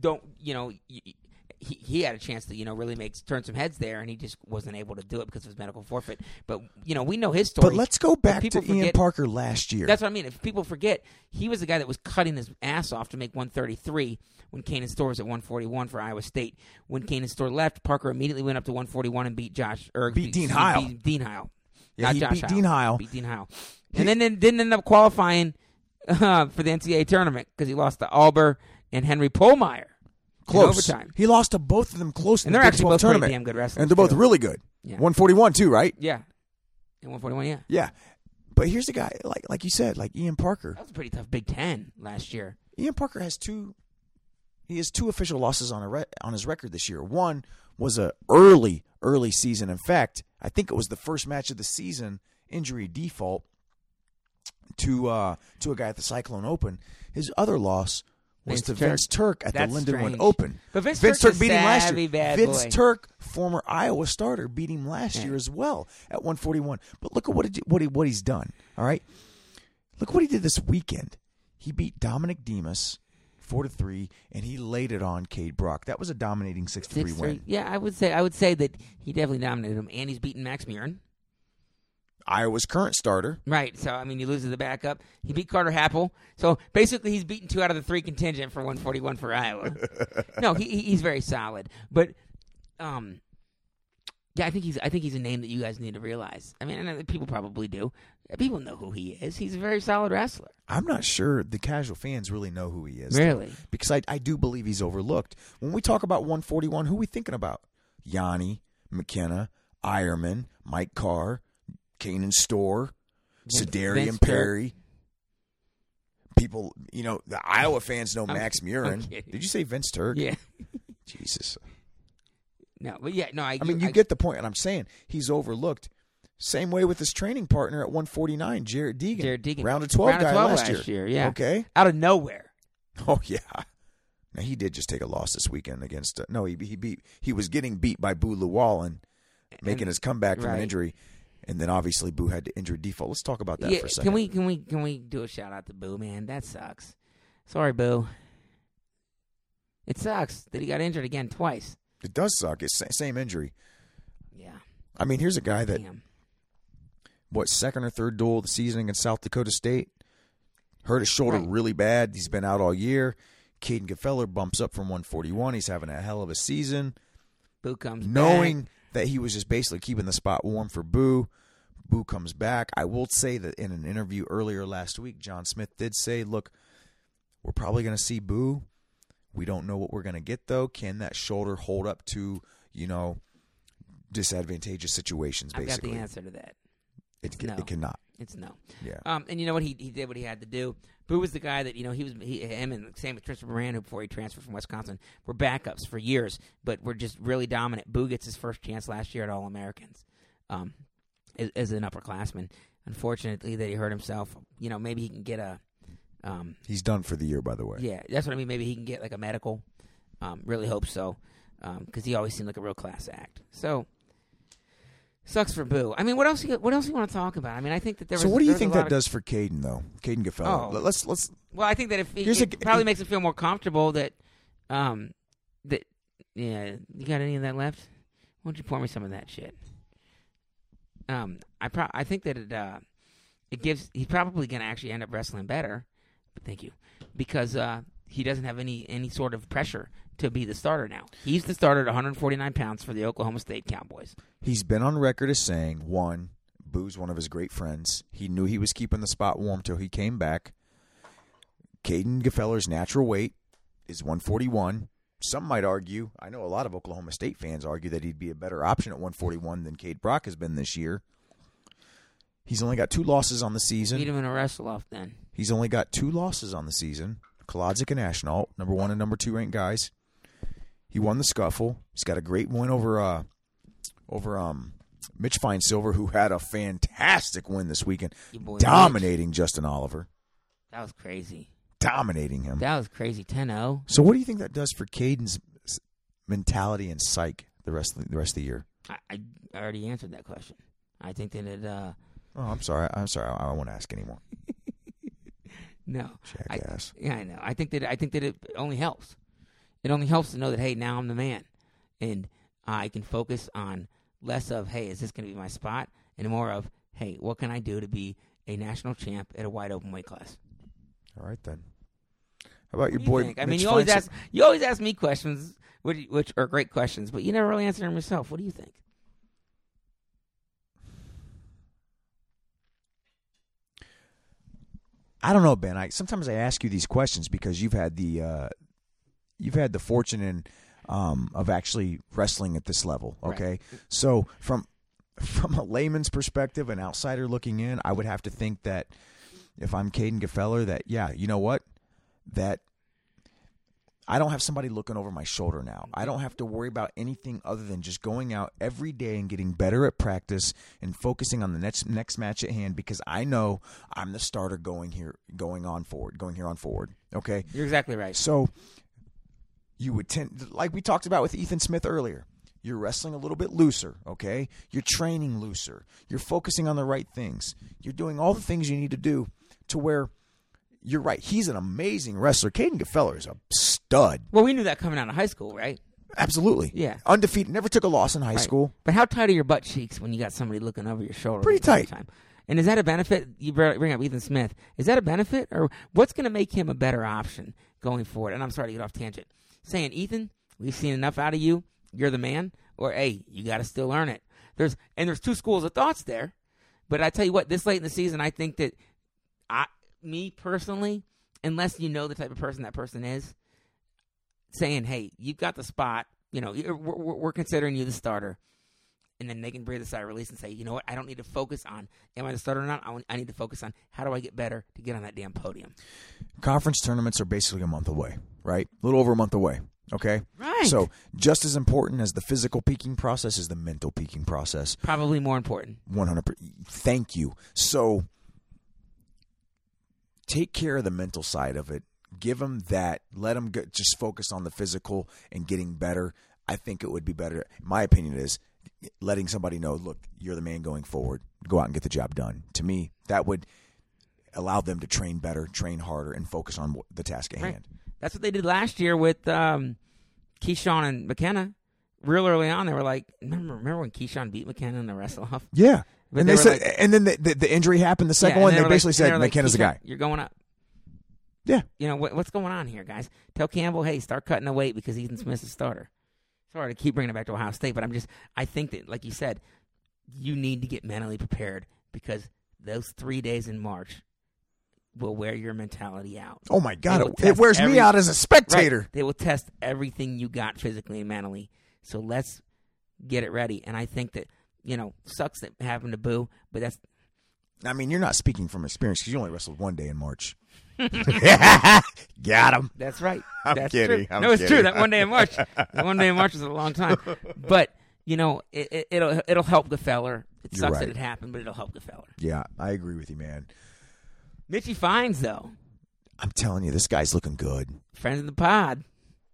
don't you know. Y- y- he, he had a chance to you know really make turn some heads there, and he just wasn't able to do it because of his medical forfeit. But you know we know his story.
But let's go back to
people
Ian
forget-
Parker last year.
That's what I mean. If people forget, he was the guy that was cutting his ass off to make 133 when Kanan Store was at 141 for Iowa State. When Kanan Store left, Parker immediately went up to 141 and beat Josh or
Beat Dean
excuse me,
Heil.
Beat Dean Heil.
Yeah,
Not
he
Josh
beat Dean Heil.
Beat Dean Heil. And then, then didn't end up qualifying uh, for the NCAA tournament because he lost to Auber and Henry Pohlmeyer.
close.
In overtime.
He lost to both of them close in
And
the
they're
Big
actually
12
both
tournament.
pretty damn good wrestlers.
and they're both
too.
really good.
Yeah.
141 too, right?
Yeah. And 141, yeah.
Yeah. But here's a guy like like you said, like Ian Parker.
That was a pretty tough Big Ten last year.
Ian Parker has two. He has two official losses on a re- on his record this year. One was a early early season. In fact, I think it was the first match of the season injury default to uh, to a guy at the Cyclone Open. His other loss was
Vince
to
Turk.
Vince Turk at
That's
the Lindenwood
strange.
Open.
But Vince
Turk
Turk's a
beat him last
savvy
year.
bad
Vince
boy.
Turk, former Iowa starter, beat him last year as well at 141. But look at what it, what he, what he's done. All right, Look what he did this weekend. He beat Dominic Demas four to three, and he laid it on Cade Brock. That was a dominating six to three
Six, three.
win.
Yeah, I would say I would say that he definitely dominated him, and he's beaten Max Murin.
Iowa's current starter.
Right. So I mean, he loses the backup. He beat Carter Happel. So basically, he's beaten two out of the three contingent for 141
<laughs>
for Iowa. no, he, he- he's very solid. But um, yeah, I think he's I think he's a name that you guys need to realize. I mean, I know that people probably do. People know who he is. He's a very solid wrestler.
I'm not sure the casual fans really know who he is,
Really.
because I, I do believe he's overlooked. When we talk about 141, who we thinking about? Yanni McKenna, Ironman, Mike Carr, Kanan Store,
Vince- Vince
Sedarian
Turk.
Perry. People, you know, the Iowa fans know
I'm-
Max
<laughs> I'm
Murin.
kidding.
Did you say Vince Turk?
Yeah.
Jesus.
No, but yeah, no. I,
I mean, you get the point, and I'm saying he's overlooked. Same way with his training partner at 149, Jared Deegan.
Jared Deegan.
round of 12
Round of
guy
12
last,
last
year.
year, yeah.
Okay. <laughs>
out of nowhere.
Oh yeah. Now he did just take a loss this weekend against. Uh, no, he he beat. He was getting beat by Boo Llewellyn, making
And-
his comeback from an
right.
injury, and then obviously Boo had to injury default. Let's talk about that
Yeah,
for a second.
can we can we can we do a shout out to Boo man? That sucks. Sorry, Boo. It sucks that he got injured again twice.
It does suck. It's sa- same injury.
Yeah.
I mean, here's a guy that
Damn.
what second or third duel of the season against South Dakota State. Hurt his shoulder
Right.
really bad. He's been out all year. Caden Gefeller bumps up from 141. He's having a hell of a season.
Boo comes back.
Knowing that he was just basically keeping the spot warm for Boo, Boo comes back. I will say that in an interview earlier last week, John Smith did say, "Look, we're probably going to see Boo. We don't know what we're going to get though. Can that shoulder hold up to you know disadvantageous situations?
I've got
Basically,
the answer to that.
It, ca-
No.
it cannot.
It's no.
Yeah.
Um, and you know what? He, he did what he had to do. Boo was the guy that, you know, he was, he, him and same with Tristan Moran, who before he transferred from Wisconsin, were backups for years, but were just really dominant. Boo gets his first chance last year at All Americans um, as, as an upperclassman. Unfortunately, that he hurt himself. You know, maybe he can get a. Um,
He's done for the year, by the way.
Yeah, that's what I mean. Maybe he can get like a medical. Um, really hope so, because he always seemed like a real class act. So sucks for Boo. I mean, what else? You, what else you want to talk about? I mean, I think that there.
so
was,
what do you
there was
think
a lot
that
of-
does for Caden though? Caden Gefeller.
Oh.
Let's let's
Well, I think that if he,
Here's
it
a-
probably makes him feel more comfortable that, um, that yeah, you got any of that left? Why don't you pour me some of that shit? Um, I pro- I think that it uh, it gives he's probably gonna actually end up wrestling better. But thank you, because uh, he doesn't have any any sort of pressure to be the starter now. He's the starter at 149 pounds for the Oklahoma State Cowboys.
He's been on record as saying one, Boo's one of his great friends. He knew he was keeping the spot warm till he came back. Caden Gefeller's natural weight is 141. Some might argue, I know a lot of Oklahoma State fans argue that he'd be a better option at 141 than Cade Brock has been this year. He's only got two losses on the
Beat
season.
him in a wrestle off then.
He's only got two losses on the season. Kolodzik and Ashnault, number one and number two ranked guys. He won the scuffle. He's got a great win over uh over um Mitch Fine Silver, who had a fantastic win this weekend,
Your boy Mitch.
dominating Justin Oliver,
That was crazy.
dominating him.
That was crazy. oh? 10-0.
So, what do you think that does for Caden's s- mentality and psyche the rest of the, the rest of the year?
I, I already answered that question. I think that it. Uh,
Oh, I'm sorry. I'm sorry. I, I won't ask anymore.
no, I,
Jackass.
yeah, I know. I think that I think that it only helps. It only helps to know that hey, now I'm the man, and I can focus on less of hey, is this going to be my spot, and more of hey, what can I do to be a national champ at a wide open weight class?
All right then. How about your
What do you
boy?
think? I mean,
Mitch
you always
Fine-
ask you always ask me questions, which, which are great questions, but you never really answer them yourself. What do you think?
I don't know, Ben. I sometimes I ask you these questions because you've had the uh, you've had the fortune and um, of actually wrestling at this level.
Right.
Okay, so from from a layman's perspective, an outsider looking in, I would have to think that if I'm Caden Gefeller, that yeah, you know what, that I don't have somebody looking over my shoulder now. I don't have to worry about anything other than just going out every day and getting better at practice and focusing on the next next match at hand because I know I'm the starter going here going on forward, going here on forward. Okay?
You're exactly right.
So you would tend like we talked about with Ethan Smith earlier. You're wrestling a little bit looser, okay? You're training looser. You're focusing on the right things. You're doing all the things you need to do to where you're right. He's an amazing wrestler. Caden Gefeller is a stud.
Well, we knew that coming out of high school, right?
Absolutely.
Yeah.
Undefeated. Never took a loss in high
Right.
school.
But how tight are your butt cheeks when you got somebody looking over your shoulder?
Pretty
the entire
tight.
Time? And is that a benefit? You br- bring up Ethan Smith. Is that a benefit, or what's going to make him a better option going forward? And I'm sorry to get off tangent. Saying Ethan, we've seen enough out of you. You're the man. Or hey, you got to still earn it. There's and there's two schools of thoughts there. But I tell you what, this late in the season, I think that I, me personally, unless you know the type of person that person is, saying, "Hey, you've got the spot. You know, you're, we're, we're we're considering you the starter." And then they can breathe a sigh of release and say, "You know what? I don't need to focus on am I the starter or not. I, want- I need to focus on how do I get better to get on that damn podium."
Conference tournaments are basically a month away, right? A little over a month away. Okay.
Right.
So just as important as the physical peaking process is the mental peaking process.
Probably more important.
100 thank you so take care of the mental side of it give them that let them go, just focus on the physical and getting better i think it would be better my opinion is letting somebody know look you're the man going forward go out and get the job done to me that would allow them to train better train harder and focus on what- the task at
Right.
hand
That's what they did last year with um, Keyshawn and McKenna. Real early on, they were like, remember, remember when Keyshawn beat McKenna in the wrestle off?
Yeah.
But
and they,
they were
said,
like-
and then the, the, the injury happened. The second one, they,
were like-
basically
and
said
were like,
McKenna's the
"Keyshawn,
guy.
You're going up.
Yeah.
You know what, what's going on here, guys? Tell Campbell, hey, start cutting the weight because Ethan Smith's a starter. Sorry to keep bringing it back to Ohio State, but I'm just I think that, like you said, you need to get mentally prepared because those three days in March will wear your mentality out.
Oh my god,
will
it, it
test
wears me
every-
out as a spectator.
They will test everything you got physically and mentally. So let's get it ready. And I think that you know sucks that happened to Boo, but that's
I mean, you're not speaking from experience because you only wrestled one day in March. <laughs> Got him.
That's right.
<laughs> I'm
That's
kidding.
True.
I'm
no, it's
kidding.
true. That one day
<laughs>
in March. that one day in March was a long time. But you know, it, it, it'll it'll help Gefeller. It
You're
sucks
right.
that it happened, but it'll help Gefeller.
Yeah, I agree with you, man.
Mitchie Fines though,
I'm telling you, this guy's looking good.
friend of the pod.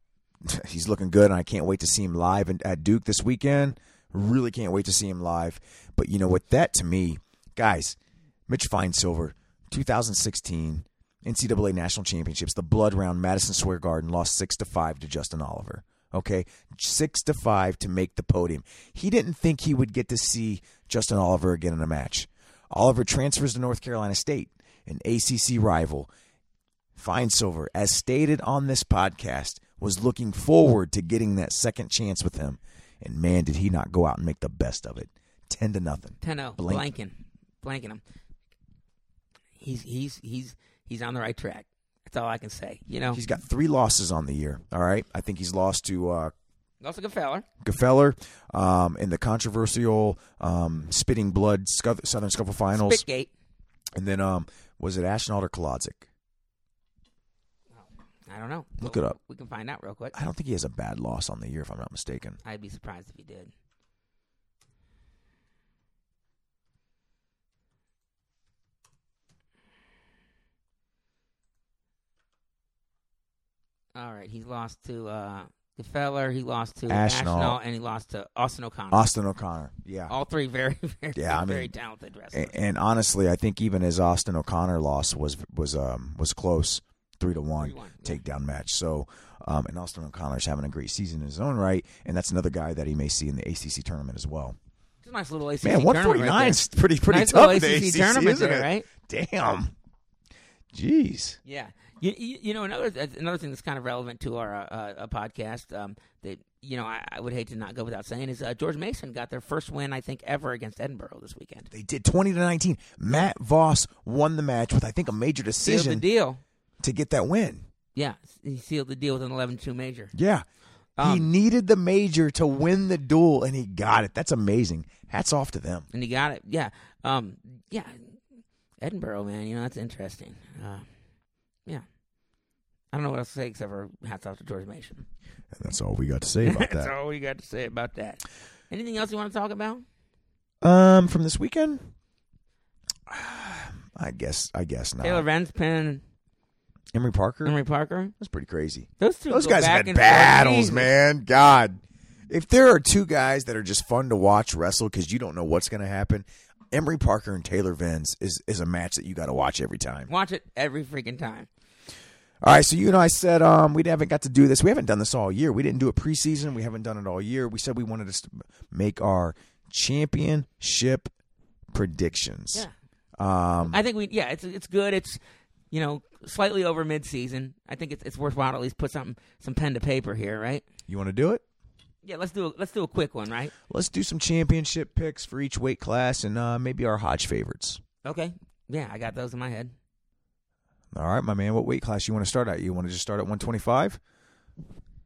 <laughs> He's looking good, and I can't wait to see him live in- at Duke this weekend. Really can't wait to see him live. But you know what? That to me, guys, Mitch Feinsilver, 2016 NCAA National Championships, the blood round, Madison Square Garden, lost six to five to Justin Oliver. Okay, six to five to make the podium. He didn't think he would get to see Justin Oliver again in a match. Oliver transfers to North Carolina State, an ACC rival. Feinsilver, as stated on this podcast, was looking forward to getting that second chance with him. And man, did he not go out and make the best of it. 10 to nothing.
10-0,
Blank.
oh, blanking, blanking him. He's he's he's he's on the right track. That's all I can say. You know,
He's got three losses on the year. All right. I think he's lost to uh,
also Gefeller.
Gefeller um, in the controversial um, Spitting Blood Scu- Southern Scuffle Finals.
Spitgate.
And then, um, was it Ashnault or Kolodzik?
I don't know.
Look it up.
We can find out real quick.
I don't think he has a bad loss on the year, if I'm not mistaken.
I'd be surprised if he did. All right, he lost to uh, Gefeller, he lost to
Ashnault.
Ashnall, and he lost to Austin O'Connor.
Austin O'Connor. Yeah.
All three very, <laughs> very,
Yeah, I
very
mean,
talented wrestlers.
and, and honestly, I think even his Austin O'Connor loss was was um was close, three to one,
3-1, yeah.
takedown match. So, um, and Austin O'Connor's having a great season in his own right, and that's another guy that he may see in the ACC tournament as well.
It's a nice little ACC
Man, one forty
tournament.
nine
Right
is
there.
pretty pretty
nice
tough. in
little
the
ACC
ACC
tournament
isn't
there,
it?
right?
Damn, jeez.
Yeah, you, you, you know another another thing that's kind of relevant to our uh, uh, uh, podcast um, that you know I, I would hate to not go without saying is uh, George Mason got their first win I think ever against Edinburgh this weekend.
They did twenty to nineteen. Matt Voss won the match with I think a major
Sealed the
decision
deal.
to get that win.
Yeah, he sealed the deal with an 11-2 major.
Yeah. he
Um,
needed the major to win the duel, and he got it. That's amazing. Hats off to them.
and he got it. Yeah, um, yeah, Edinburgh, man. You know that's interesting. Uh, yeah, I don't know what else to say except for hats off to George Mason.
And that's all we got to
<laughs>
say about
that's
that.
all we got to say about that. Anything else you want to talk about?
Um, from this weekend, <sighs> I guess I guess not.
Taylor Renspin,
Emory Parker
Henry Parker.
that's pretty crazy.
Those two.
Those
go
guys
back
have had
and forth.
battles,
Jesus.
man. God, if there are two guys that are just fun to watch wrestle because you don't know what's going to happen, Emory Parker and Taylor Vins is is a match that you got to watch every time.
Watch it every freaking time.
All right, so you and I said um, we haven't got to do this. We haven't done this all year. We didn't do it preseason. We haven't done it all year. We said we wanted to st- make our championship predictions.
Yeah,
Um,
I think we. Yeah, it's it's good. It's you know slightly over midseason. I think it's it's worthwhile to at least put something some pen to paper here, right?
you want to do it?
Yeah, let's do a, let's do a quick one, right?
Let's do some championship picks for each weight class and uh, maybe our Hodge favorites.
Okay. Yeah, I got those in my head.
All right, my man. What weight class you want to start at? You want to just start at 125?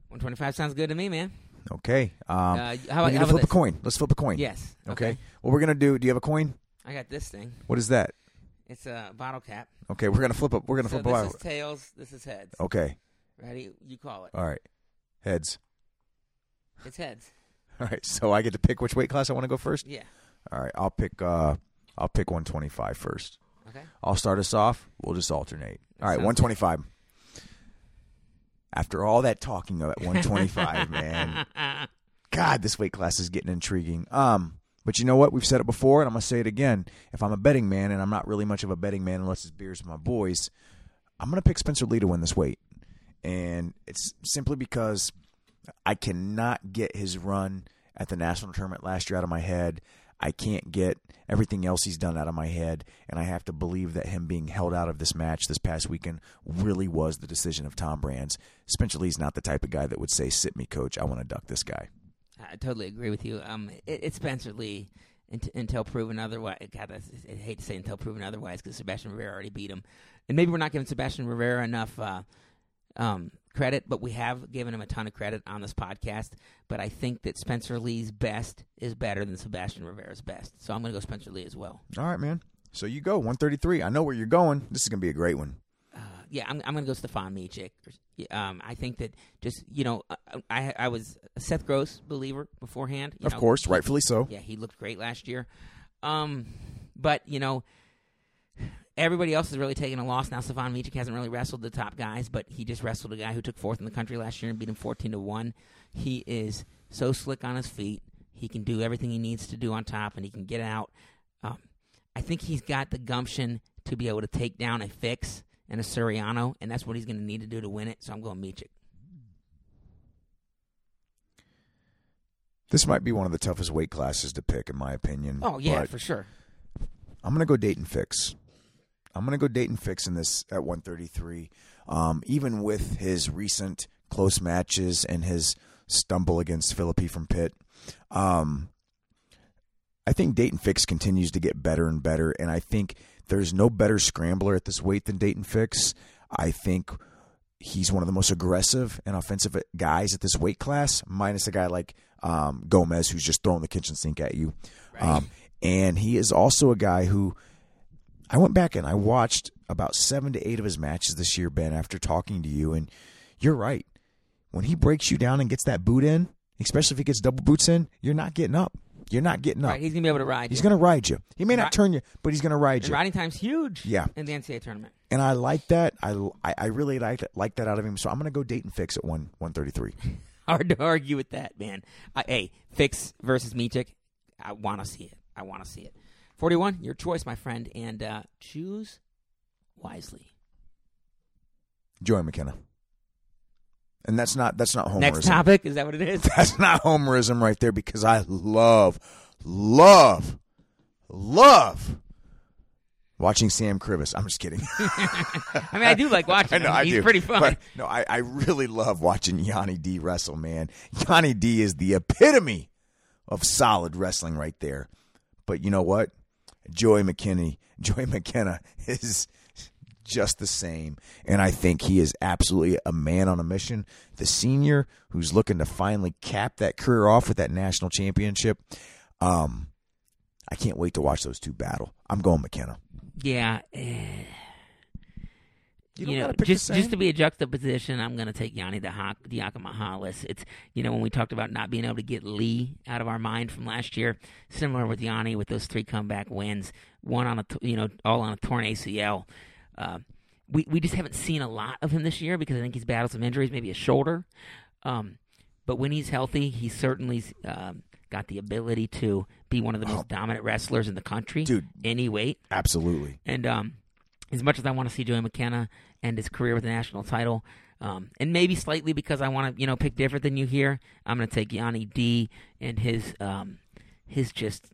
One twenty five sounds good to me, man.
Okay. Um,
Uh, how
we
about,
need
how
to flip
about
a
this?
coin. Let's flip a coin.
Yes.
Okay. What we're gonna do? Do you have a coin?
I got this thing.
What is that?
It's a bottle cap.
Okay, we're gonna flip up. We're gonna
So
flip
this
a Oh.
is tails. This is heads.
Okay.
Ready? You call it.
All right. Heads. Oh.
It's heads.
<laughs> All right, so I get to pick which weight class I want to go first.
Yeah.
All right, I'll pick. Uh, I'll pick 125 first.
Okay.
I'll start us off. We'll just alternate. All right,
Sounds good.
125. After all that talking about 125, <laughs> man, God, this weight class is getting intriguing. Um, but you know what? We've said it before, and I'm gonna say it again. If I'm a betting man, and I'm not really much of a betting man unless it's beers with my boys, I'm gonna pick Spencer Lee to win this weight. and it's simply because I cannot get his run at the national tournament last year out of my head. I can't get everything else he's done out of my head, and I have to believe that him being held out of this match this past weekend really was the decision of Tom Brands. Spencer Lee's not the type of guy that would say, "Sit me, coach. I want to duck this guy."
I totally agree with you. Um, it, it's Spencer Lee unt- until proven otherwise. God, that's, I hate to say until proven otherwise because Sebastian Rivera already beat him, and maybe we're not giving Sebastian Rivera enough uh, um, credit, but we have given him a ton of credit on this podcast. But I think that Spencer Lee's best is better than Sebastian Rivera's best, so I'm going to go Spencer Lee as well.
All right, man. So you go 133. I know where you're going. This is gonna be a great one.
Uh, yeah, I'm, I'm going to go Stefan Mijic. Um, I think that just you know, I- I I was a Seth Gross believer beforehand. You
Of
know,
course, rightfully so.
Yeah, he looked great last year. Um, but you know, everybody else is really taking a loss now. Savon Mijic hasn't really wrestled the top guys, but he just wrestled a guy who took fourth in the country last year and beat him fourteen to one. He is so slick on his feet. He can do everything he needs to do on top, and he can get out. Um, I think he's got the gumption to be able to take down a fix and a Suriano, and that's what he's going to need to do to win it. So I'm going Mijic.
This might be one of the toughest weight classes to pick, in my opinion.
Oh yeah,
but
for sure.
I'm gonna go Dayton Fix. I'm gonna go Dayton Fix in this at 133. Um, even with his recent close matches and his stumble against Philippi from Pitt, um, I think Dayton Fix continues to get better and better. And I think there's no better scrambler at this weight than Dayton Fix. I think he's one of the most aggressive and offensive guys at this weight class, minus a guy like um, Gomez who's just throwing the kitchen sink at you. Um, and he is also a guy who I went back and I watched about seven to eight of his matches this year, Ben, after talking to you. And you're right. When he breaks you down and gets that boot in, especially if he gets double boots in, you're not getting up. You're not getting up.
Right, he's going to be able to ride.
He's
you.
going to ride you. He may not
Right.
turn you, but he's going to ride
And
you.
riding time's huge.
Yeah.
in the NCAA tournament.
And I like that. I, I, I really like that, like that out of him. So I'm going to go date and fix at one 133.
<laughs> Hard to argue with that, man. I, hey, Fix versus Mijic. I want to see it. I want to see it. 41, your choice, my friend, and uh, choose wisely.
Joey McKenna. And that's not that's not homerism.
Next topic. Is that what it is?
<laughs>
<laughs>
That's not homerism right there because I love, love, love watching Sam Crivis. I'm just kidding.
I mean, I
<laughs>
do like watching
I know
him.
I
He's
do.
pretty fun.
But, no, I, I really love watching Yanni D wrestle, man. Yanni D is the epitome of solid wrestling right there. But you know what? Joey McKinney, <laughs> Joey McKenna is just the same. And I think he is absolutely a man on a mission. The senior who's looking to finally cap that career off with that national championship. Um, I can't wait to watch those two battle. I'm going McKenna.
yeah. eh,
You don't
know,
gotta pick the
just
same.
just to be a juxtaposition, I'm going to take Yanni Diakamahalis. It's you know when we talked about not being able to get Lee out of our mind from last year. Similar with Yanni with those three comeback wins, one on a t- you know all on a torn ACL. Uh, we we just haven't seen a lot of him this year because I think he's battled some injuries, maybe a shoulder. Um, but when he's healthy, he certainly's um, got the ability to be one of the most dominant wrestlers in the country,
Oh. Dude.
Any weight.
Absolutely.
And um, as much as I want to see Joey McKenna and his career with the national title, um, and maybe slightly because I want to, you know, pick different than you here, I'm going to take Yanni D and his um, his just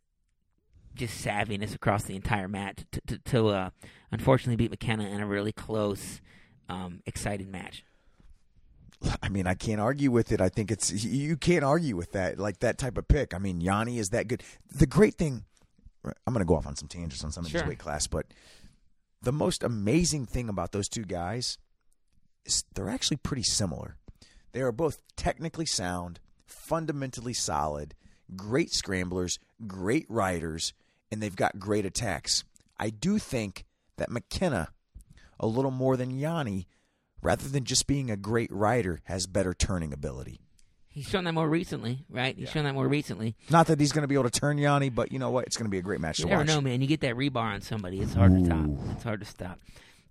just savviness across the entire match to, to, to uh, unfortunately beat McKenna in a really close, um, exciting match.
I mean, I can't argue with it. I think it's you can't argue with that, like that type of pick. I mean, Yanni is that good. The great thing, I'm going to go off on some tangents on some of
Sure.
these weight class, but the most amazing thing about those two guys is they're actually pretty similar. They are both technically sound, fundamentally solid, great scramblers, great riders, and they've got great attacks. I do think that McKenna, a little more than Yanni, rather than just being a great rider, has better turning ability.
He's shown that more recently, right? He's shown that more recently.
Not that he's going to be able to turn Yanni, but you know what? It's going to be a great match
You
to
never
watch.
know, man. You get that rebar on somebody, it's hard to top. It's hard to stop.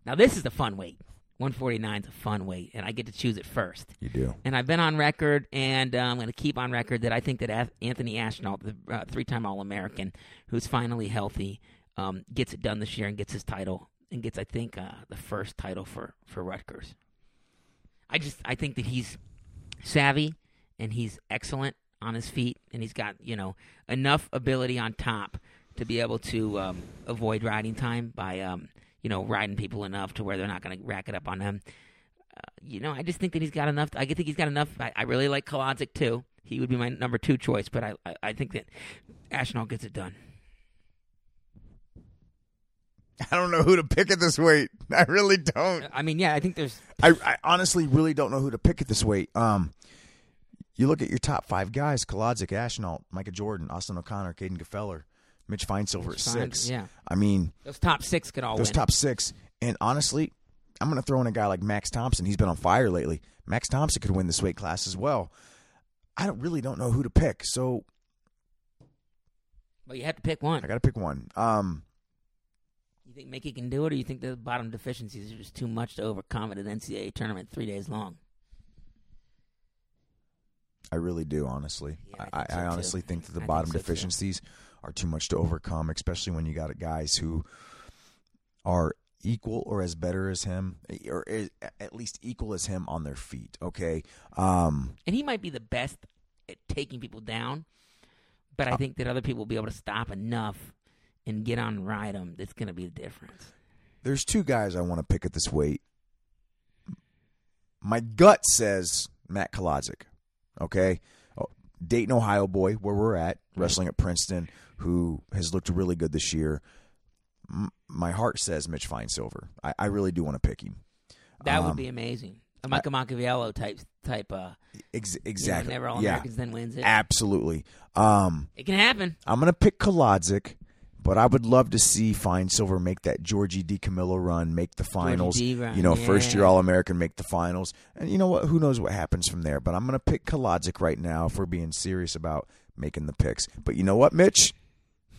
Now this is the fun weight. 149 is a fun weight, and I get to choose it first.
You do.
And I've been on record, and uh, I'm going to keep on record that I think that Ath- Anthony Ashnall, the uh, three-time All-American, who's finally healthy, um, gets it done this year and gets his title and gets, I think, uh, the first title for for Rutgers. I just I think that he's savvy and he's excellent on his feet and he's got you know enough ability on top to be able to um, avoid riding time by um, you know riding people enough to where they're not going to rack it up on him. Uh, you know, I just think that he's got enough. I think he's got enough. I, I really like Kolodzic too. He would be my number two choice, but I I, I think that Ashnall gets it done.
<laughs> I don't know who to pick at this weight. I really don't.
I mean, yeah, I think there's
I, I honestly really don't know who to pick at this weight. Um, you look at your top five guys: Kolodzic, Ashnault, Micah Jordan, Austin O'Connor, Caden Gefeller, Mitch Feinsilver at
Mitch Fine-
six.
yeah.
I mean
those top six could all
those
win.
top six. And honestly, I'm going to throw in a guy like Max Thompson. He's been on fire lately. Max Thompson could win this weight class as well. I don't really don't know who to pick, so
but you have to pick one.
I got to pick one. Um,
You think Mickey can do it, or you think the bottom deficiencies are just too much to overcome at an NCAA tournament three days long?
I really do, honestly.
Yeah, I
I,
think so,
I
too.
honestly think that
I
the
think
bottom
so, too.
deficiencies are too much to overcome, especially when you got guys who are equal or as better as him, or is, at least equal as him on their feet. Okay, um,
And he might be the best at taking people down, but
Uh,
I think that other people will be able to stop enough and get on and ride him. That's going to be the difference.
there's two guys I want to pick at this weight. My gut says Matt Kolodzic. Okay, Oh, Dayton, Ohio boy, where we're at, wrestling at Princeton, who has looked really good this year. M- my heart says Mitch Feinsilver. I, I really do want to pick him.
That would
Um,
be amazing. A Michael Machiavello type type. Uh,
Ex-
you know,
exactly.
never all
yeah,
Americans then wins it.
absolutely. Um,
it can happen.
I'm gonna pick Kolodzic, but I would love to see Feinsilver make that Georgie DiCamillo run, make the finals.
D run,
you know, first year
yeah.
All American, make the finals, and you know what? Who knows what happens from there? But I'm gonna pick Kolodzic right now if we're being serious about making the picks. But you know what, Mitch?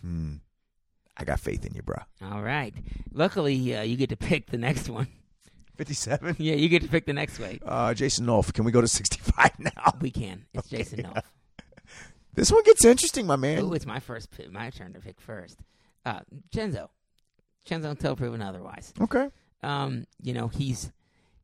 Hmm, I got faith in you, bruh.
All right. Luckily, uh, you get to pick the next one. <laughs>
Fifty-seven.
yeah, you get to pick the next way.
Uh, Jason Nolf, can we go to 65 now? <laughs>
We can. It's Jason Knopf.
This one gets interesting, my man.
Ooh, it's my first, pi- my turn to pick first. Uh, Chenzo, Chenzo until proven otherwise.
Okay.
Um, you know he's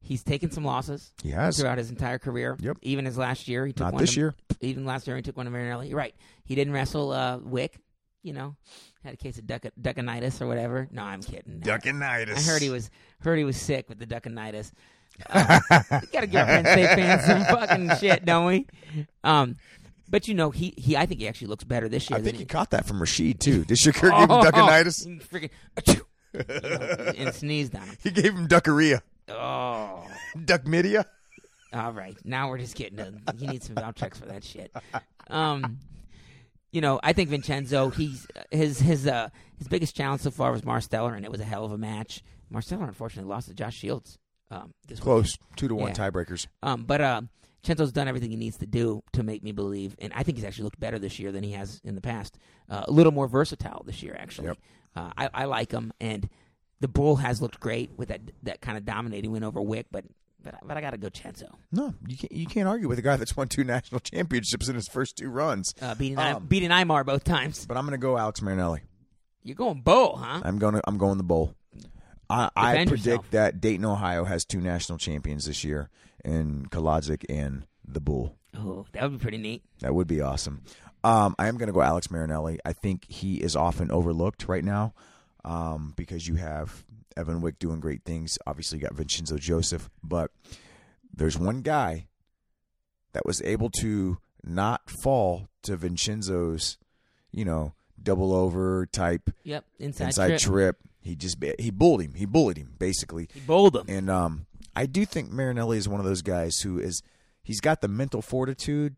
he's taken some losses
He has.
throughout his entire career.
Yep.
Even his last year, he took
Not
one
this
to-
year.
Even last year, he took one to Marinelli. You're right. He didn't wrestle uh, Wick. You know, had a case of duck- duckinitis or whatever. No, I'm kidding.
Duckinitis.
I heard he was heard he was sick with the duckinitis.
<laughs>
Uh, we gotta give our Penn State fans some fucking shit, don't we? Um, but you know, he he. I think he actually looks better this year.
I
than
think
he,
he caught that from Rashid too. Did <laughs> Shakur give
Oh.
him duckinitis?
and Freaking, achoo, you know, and sneezed on him.
He gave him duckaria,
Oh,
duckmidia.
all right. Now we're just getting. To, he needs some Valtrex for that shit. Um, you know, I think Vincenzo. He's his his uh his biggest challenge so far was Marsteller, and it was a hell of a match. Marsteller unfortunately lost to Josh Shields. Um, this week.
Close two to one
Yeah.
tiebreakers.
Um, but uh, Chenzo's done everything he needs to do to make me believe, and I think he's actually looked better this year than he has in the past. Uh, a little more versatile this year, actually.
Yep.
Uh, I, I like him, and the bull has looked great with that that kind of dominating win over Wick. But but, but I got to go Chenzo,
No, you can't. You can't argue with a guy that's won two national championships in his first two runs.
uh, beating
Um,
I, beating Imar both times.
But I'm going to go Alex Marinelli.
You're going bull, huh?
I'm going. to I'm going the bowl. I, I
Defend
predict
yourself.
that Dayton, Ohio, has two national champions this year, in Kolodzic and the Bull.
Oh, that would be pretty neat.
That would be awesome. Um, I am going to go Alex Marinelli. I think he is often overlooked right now um, because you have Evan Wick doing great things. Obviously, you got Vincenzo Joseph, but there's one guy that was able to not fall to Vincenzo's, you know, double over type
Yep, inside,
inside
trip.
trip. He just ba- he bullied him. He bullied him basically.
he bowled him.
And um, I do think Marinelli is one of those guys who is he's got the mental fortitude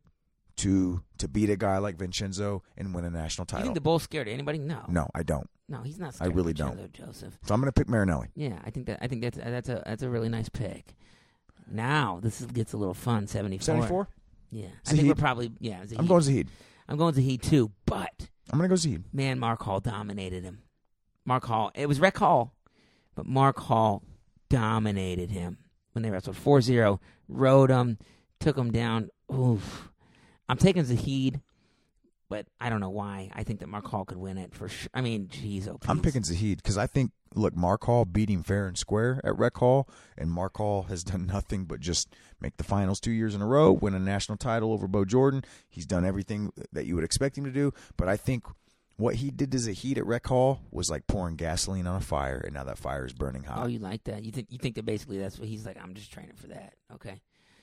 to to beat a guy like Vincenzo and win a national
You
title.
think the bull scared anybody? No,
no, I don't.
no, he's not.
I
Scared
really
of
don't.
Vincenzo Joseph.
So I'm going to pick Marinelli.
Yeah, I think that I think that's that's a that's a really nice pick. Now this is, gets a little fun. Seventy four.
74.
Yeah, I think we're
Zahid.
probably yeah. Zahid.
I'm going Zahid.
I'm going to Heat too, but
I'm going to go Zahid.
man, Mark Hall dominated him. Mark Hall. It was Rec Hall, but Mark Hall dominated him when they wrestled 4-0, rode him, took him down. Oof. I'm taking Zahid, But I don't know why. I think that Mark Hall could win it for sure. I mean, jeez, oh,
I'm
please.
picking Zahid because I think look, Mark Hall beat him fair and square at Rec Hall, and Mark Hall has done <laughs> nothing but just make the finals two years in a row, win a national title over Bo Jordan. He's done everything that you would expect him to do, but I think what he did to Zahid at Rec Hall was like pouring gasoline on a fire, and now that fire is burning hot.
Oh, you like that? You think you think that basically that's what he's like? I'm just training for that. Okay.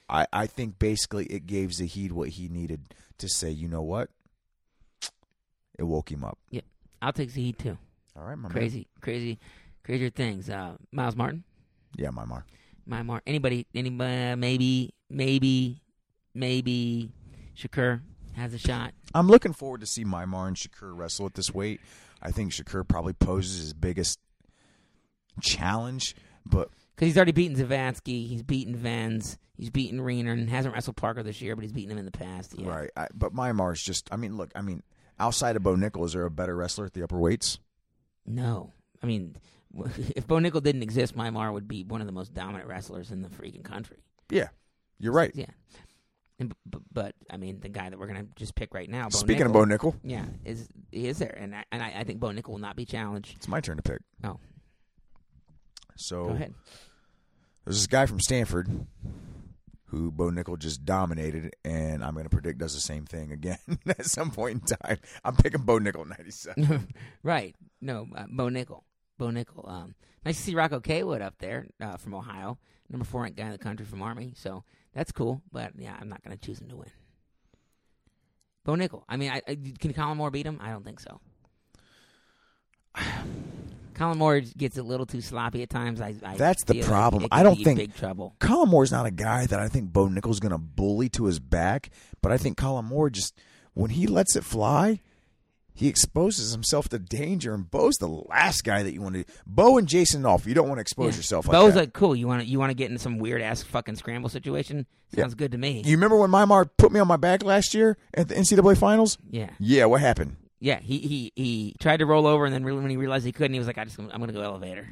I, I think basically it gave Zahid what he needed to say, you know what? It woke him up.
Yep. I'll take Zahid too.
All right, my man.
Crazy, crazy, crazier things. Uh, Miles Martin,
Yeah, my Mar.
my Mar. Anybody, anybody, maybe, maybe, maybe Shakur has a shot.
I'm looking forward to see Mymar and Shakur wrestle at this weight. I think Shakur probably poses his biggest challenge, but
Because he's already beaten Zavatsky, he's beaten Venz, he's beaten Reiner, and hasn't wrestled Parker this year, but he's beaten him in the past. Yeah.
right. I, but Mymar is just. I mean, look. I mean, outside of Bo Nickel, is there a better wrestler at the upper weights?
No. I mean, <laughs> if Bo Nickel didn't exist, Mymar would be one of the most dominant wrestlers in the freaking country.
Yeah, you're right.
Yeah. And, b- b- but, I mean, the guy that we're going to just pick right now, Bo
Speaking
Nickel,
of Bo Nickel,
Yeah, is he is there. And I, and I, I think Bo Nickel will not be challenged.
it's my turn to pick.
Oh.
So
Go
Oh.
ahead.
there's this guy from Stanford who Bo Nickel just dominated, and I'm going to predict does the same thing again <laughs> at some point in time. I'm picking Bo Nickel 97.
<laughs> right. No, uh, Bo Nickel. Bo Nickel. Um, nice to see Rocco Kaywood up there uh, from Ohio, number four ranked guy in the country from Army. So that's cool. But yeah, I'm not going to choose him to win. Bo Nickel. I mean, I, I, can Colin Moore beat him? I don't think so. <sighs> Colin Moore gets a little too sloppy at times. I, I
That's the
feel like
problem.
it
I
could
don't
be
think-
big trouble.
Colin Moore's not a guy that I think Bo Nickel's going to bully to his back, but I think Colin Moore just when he lets it fly, he exposes himself to danger. And Bo's the last guy that you want to. Bo and Jason Off, you don't want to expose
Yeah.
yourself. Like
Bo's
that.
like, cool. You want to you want to get into some weird ass fucking scramble situation?
Yeah.
Sounds good to me.
you remember when Mymar put me on my back last year at the NCAA finals?
yeah.
Yeah, what happened?
Yeah, he he he tried to roll over, and then really, when he realized he couldn't, he was like, "I just I'm gonna go elevator."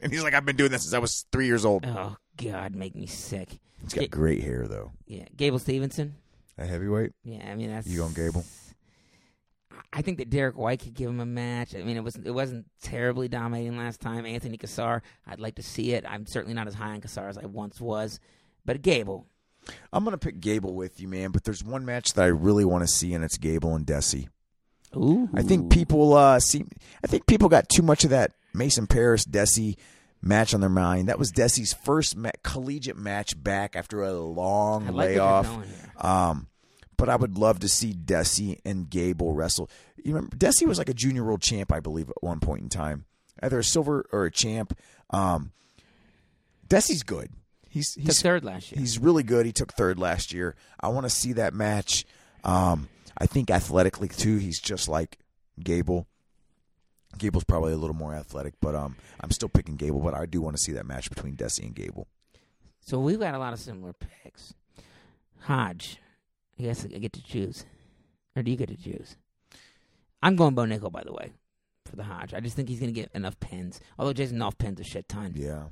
And he's like, I've been doing this since I was three years old.
oh God, make me sick.
He's
Ga-
got great hair though.
yeah, Gable Stevenson.
A heavyweight.
Yeah, I mean that's
You going Gable?
I think that Derek White could give him a match. I mean, it was it wasn't terribly dominating last time. Anthony Cassar, I'd like to see it. I'm certainly not as high on Cassar as I once was, but Gable.
I'm gonna pick Gable with you, man. But there's one match that I really want to see, and it's Gable and Desi.
Ooh,
I think people uh, see. I think people got too much of that Mason Paris Desi match on their mind. That was Desi's first ma- collegiate match back after a long
I like where you're
layoff.
going here.
Um, but I would love to see Desi and Gable wrestle. You remember Desi was like a junior world champ, I believe, at one point in time, either a silver or a champ. Um, Desi's good. He's
Took
he's
third last year.
He's really good. He took third last year. I want to see that match. Um, I think athletically too, he's just like Gable. Gable's probably a little more athletic, but um, I'm still picking Gable. But I do want to see that match between Desi and Gable.
So we've got a lot of similar picks. Hodge, I guess I get to choose, or do you get to choose? I'm going Bo Nickel, by the way, for the Hodge. I just think he's going to get enough pins. Although Jason Knopf pins a shit ton.
Yeah,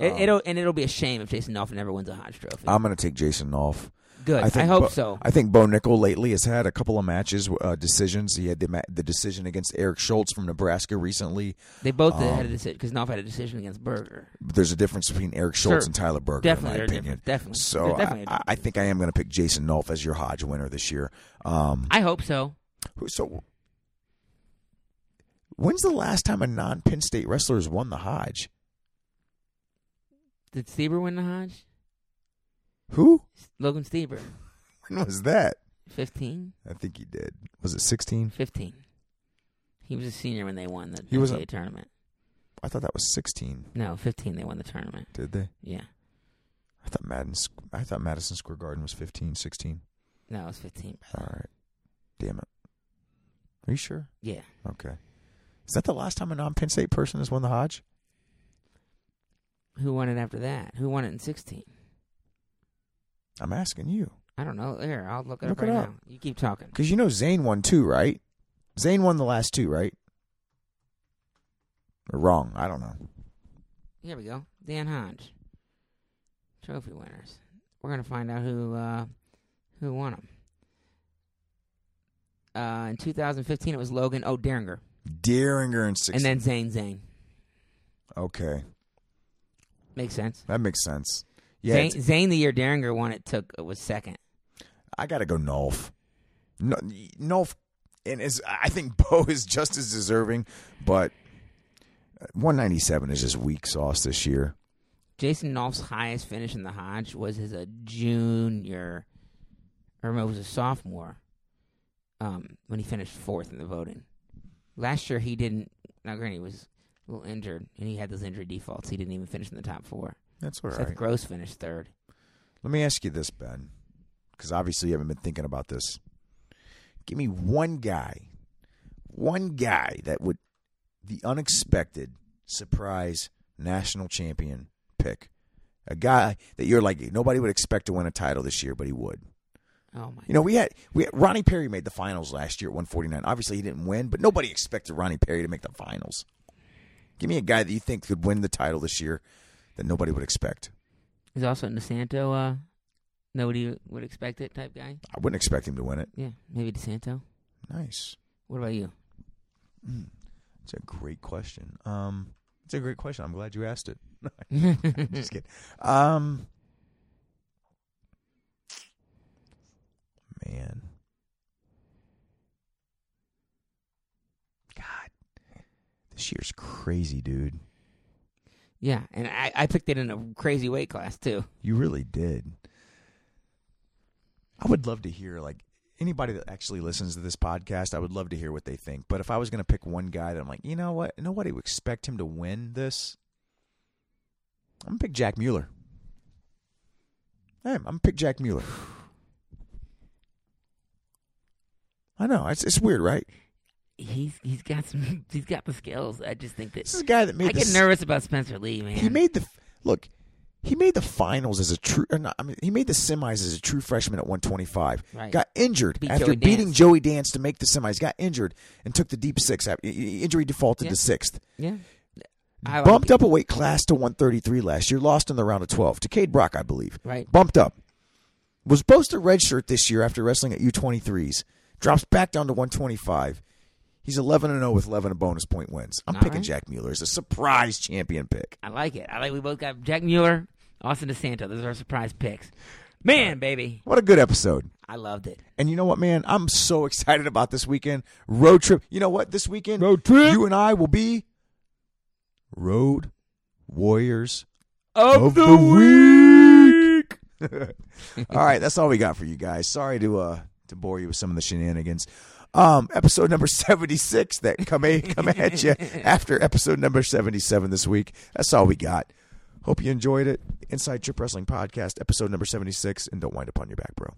It,
Um,
it'll and it'll be a shame if Jason Knopf never wins a Hodge trophy.
I'm gonna take Jason off.
Good. I,
think
hope
Bo-
so.
I think Bo Nickel lately has had a couple of matches uh, decisions. He had the ma- the decision against Eric Schultz from Nebraska recently.
They both uh,
um,
had a decision because Knopf had a decision against Berger.
But there's a difference between Eric Schultz
Sure.
and Tyler Berger,
Definitely,
in my
they're
opinion.
different. Definitely.
So
They're
I,
definitely
I- I think I am going to pick Jason Nolf as your Hodge winner this year. Um,
I hope so.
who- so when's the last time a non Penn State wrestler has won the Hodge?
Did Steber win the Hodge?
Who?
Logan Steber,
When was that?
15?
I think he did. Was it 16?
15. He was a senior when they won the
He was a-
NCAA tournament.
I thought that was 16.
No, 15. They won the tournament.
Did they?
Yeah.
I thought Madden. Squ- I thought Madison Square Garden was 15, 16.
No, it was 15. bro.
All right. Damn it. Are you sure?
Yeah.
Okay. Is that the last time a non Penn State person has won the Hodge?
Who won it after that? Who won it in 16?
I'm asking you.
I don't know. There, I'll look it
Look
up right
it up.
now. You keep talking.
Because you know Zane won two, right? Zane won the last two, right? Or wrong? I don't know.
Here we go. Dan Hodge. Trophy winners. We're going to find out who uh, who won them. Uh, in 2015, it was Logan O'Derringer,
Deeringer in 16.
and then Zane Zane.
okay,
Makes sense.
that makes sense. Yeah,
Zane,
it's-
Zane the year Derringer won it took it was second.
I gotta go Nolf. No, Nolf, and is I think <laughs> Bo is just as deserving, but 197 is just weak sauce this year.
Jason Nolf's highest finish in the Hodge was as a junior, or no, it was a sophomore, um, when he finished fourth in the voting. Last year he didn't. Now, granted, he was a little injured, and he had those injury defaults. He didn't even finish in the top four.
That's all
Seth
right.
Gross finished third.
Let me ask you this, Ben, because obviously you haven't been thinking about this. Give me one guy, one guy that would the unexpected surprise national champion pick, a guy that you're like nobody would expect to win a title this year, but he would.
Oh my!
You know, we had we had, Ronnie Perry made the finals last year at 149. Obviously, he didn't win, but nobody expected Ronnie Perry to make the finals. Give me a guy that you think could win the title this year that nobody would expect.
He's also DeSanto. Uh, nobody would expect it type guy.
I wouldn't expect him to win it.
Yeah, maybe DeSanto.
Nice.
What about you?
It's a great question. Um, it's a great question. I'm glad you asked it. <laughs> Just kidding. Um, man, God, this year's crazy, dude.
yeah, and I, I picked it in a crazy weight class too.
You really did. I would love to hear like anybody that actually listens to this podcast, I would love to hear what they think. But if I was going to pick one guy that I'm like, you know what? Nobody would expect him to win this. I'm going to pick Jack Mueller. I am. I'm going to pick Jack Mueller. I know. It's it's weird, right?
He's he's got some <laughs> he's got the skills. I just think that
This is a guy that made
I get
this-
nervous about Spencer Lee, man.
He made the look. He made the finals as a true. Or not, I mean, he made the semis as a true freshman at 125.
Right.
Got injured
Beat
after
Joey
beating
Dance.
Joey Dance to make the semis. Got injured and took the deep six. After, injury defaulted
Yeah. Oh,
to sixth.
yeah. I like
Bumped
it.
up a weight class to 133 last year. Lost in the round of 12 to Cade Brock, I believe.
Right.
Bumped up. Was supposed to redshirt this year after wrestling at U23s. Drops back down to 125. He's 11 and 0 with 11 bonus point wins. I'm
All
picking
right.
Jack Mueller as a surprise champion pick.
I like it. I like we both got Jack Mueller, Austin DeSanto. Those are our surprise picks. Man, baby,
What a good episode.
I loved it.
And you know what, man? I'm so <laughs> excited about this weekend. Road trip. You know what? This weekend,
Road trip.
You and I will be road
<laughs>
warriors
Of,
of the week. all right, that's all we got for you guys. Sorry to uh to bore you with some of the shenanigans. Um, episode number <laughs> seventy six that come a, come at
<laughs>
you after episode number seventy seven this week. That's all we got. Hope you enjoyed it. Inside Trip Wrestling Podcast, episode number seventy six, and don't wind up on your back, bro.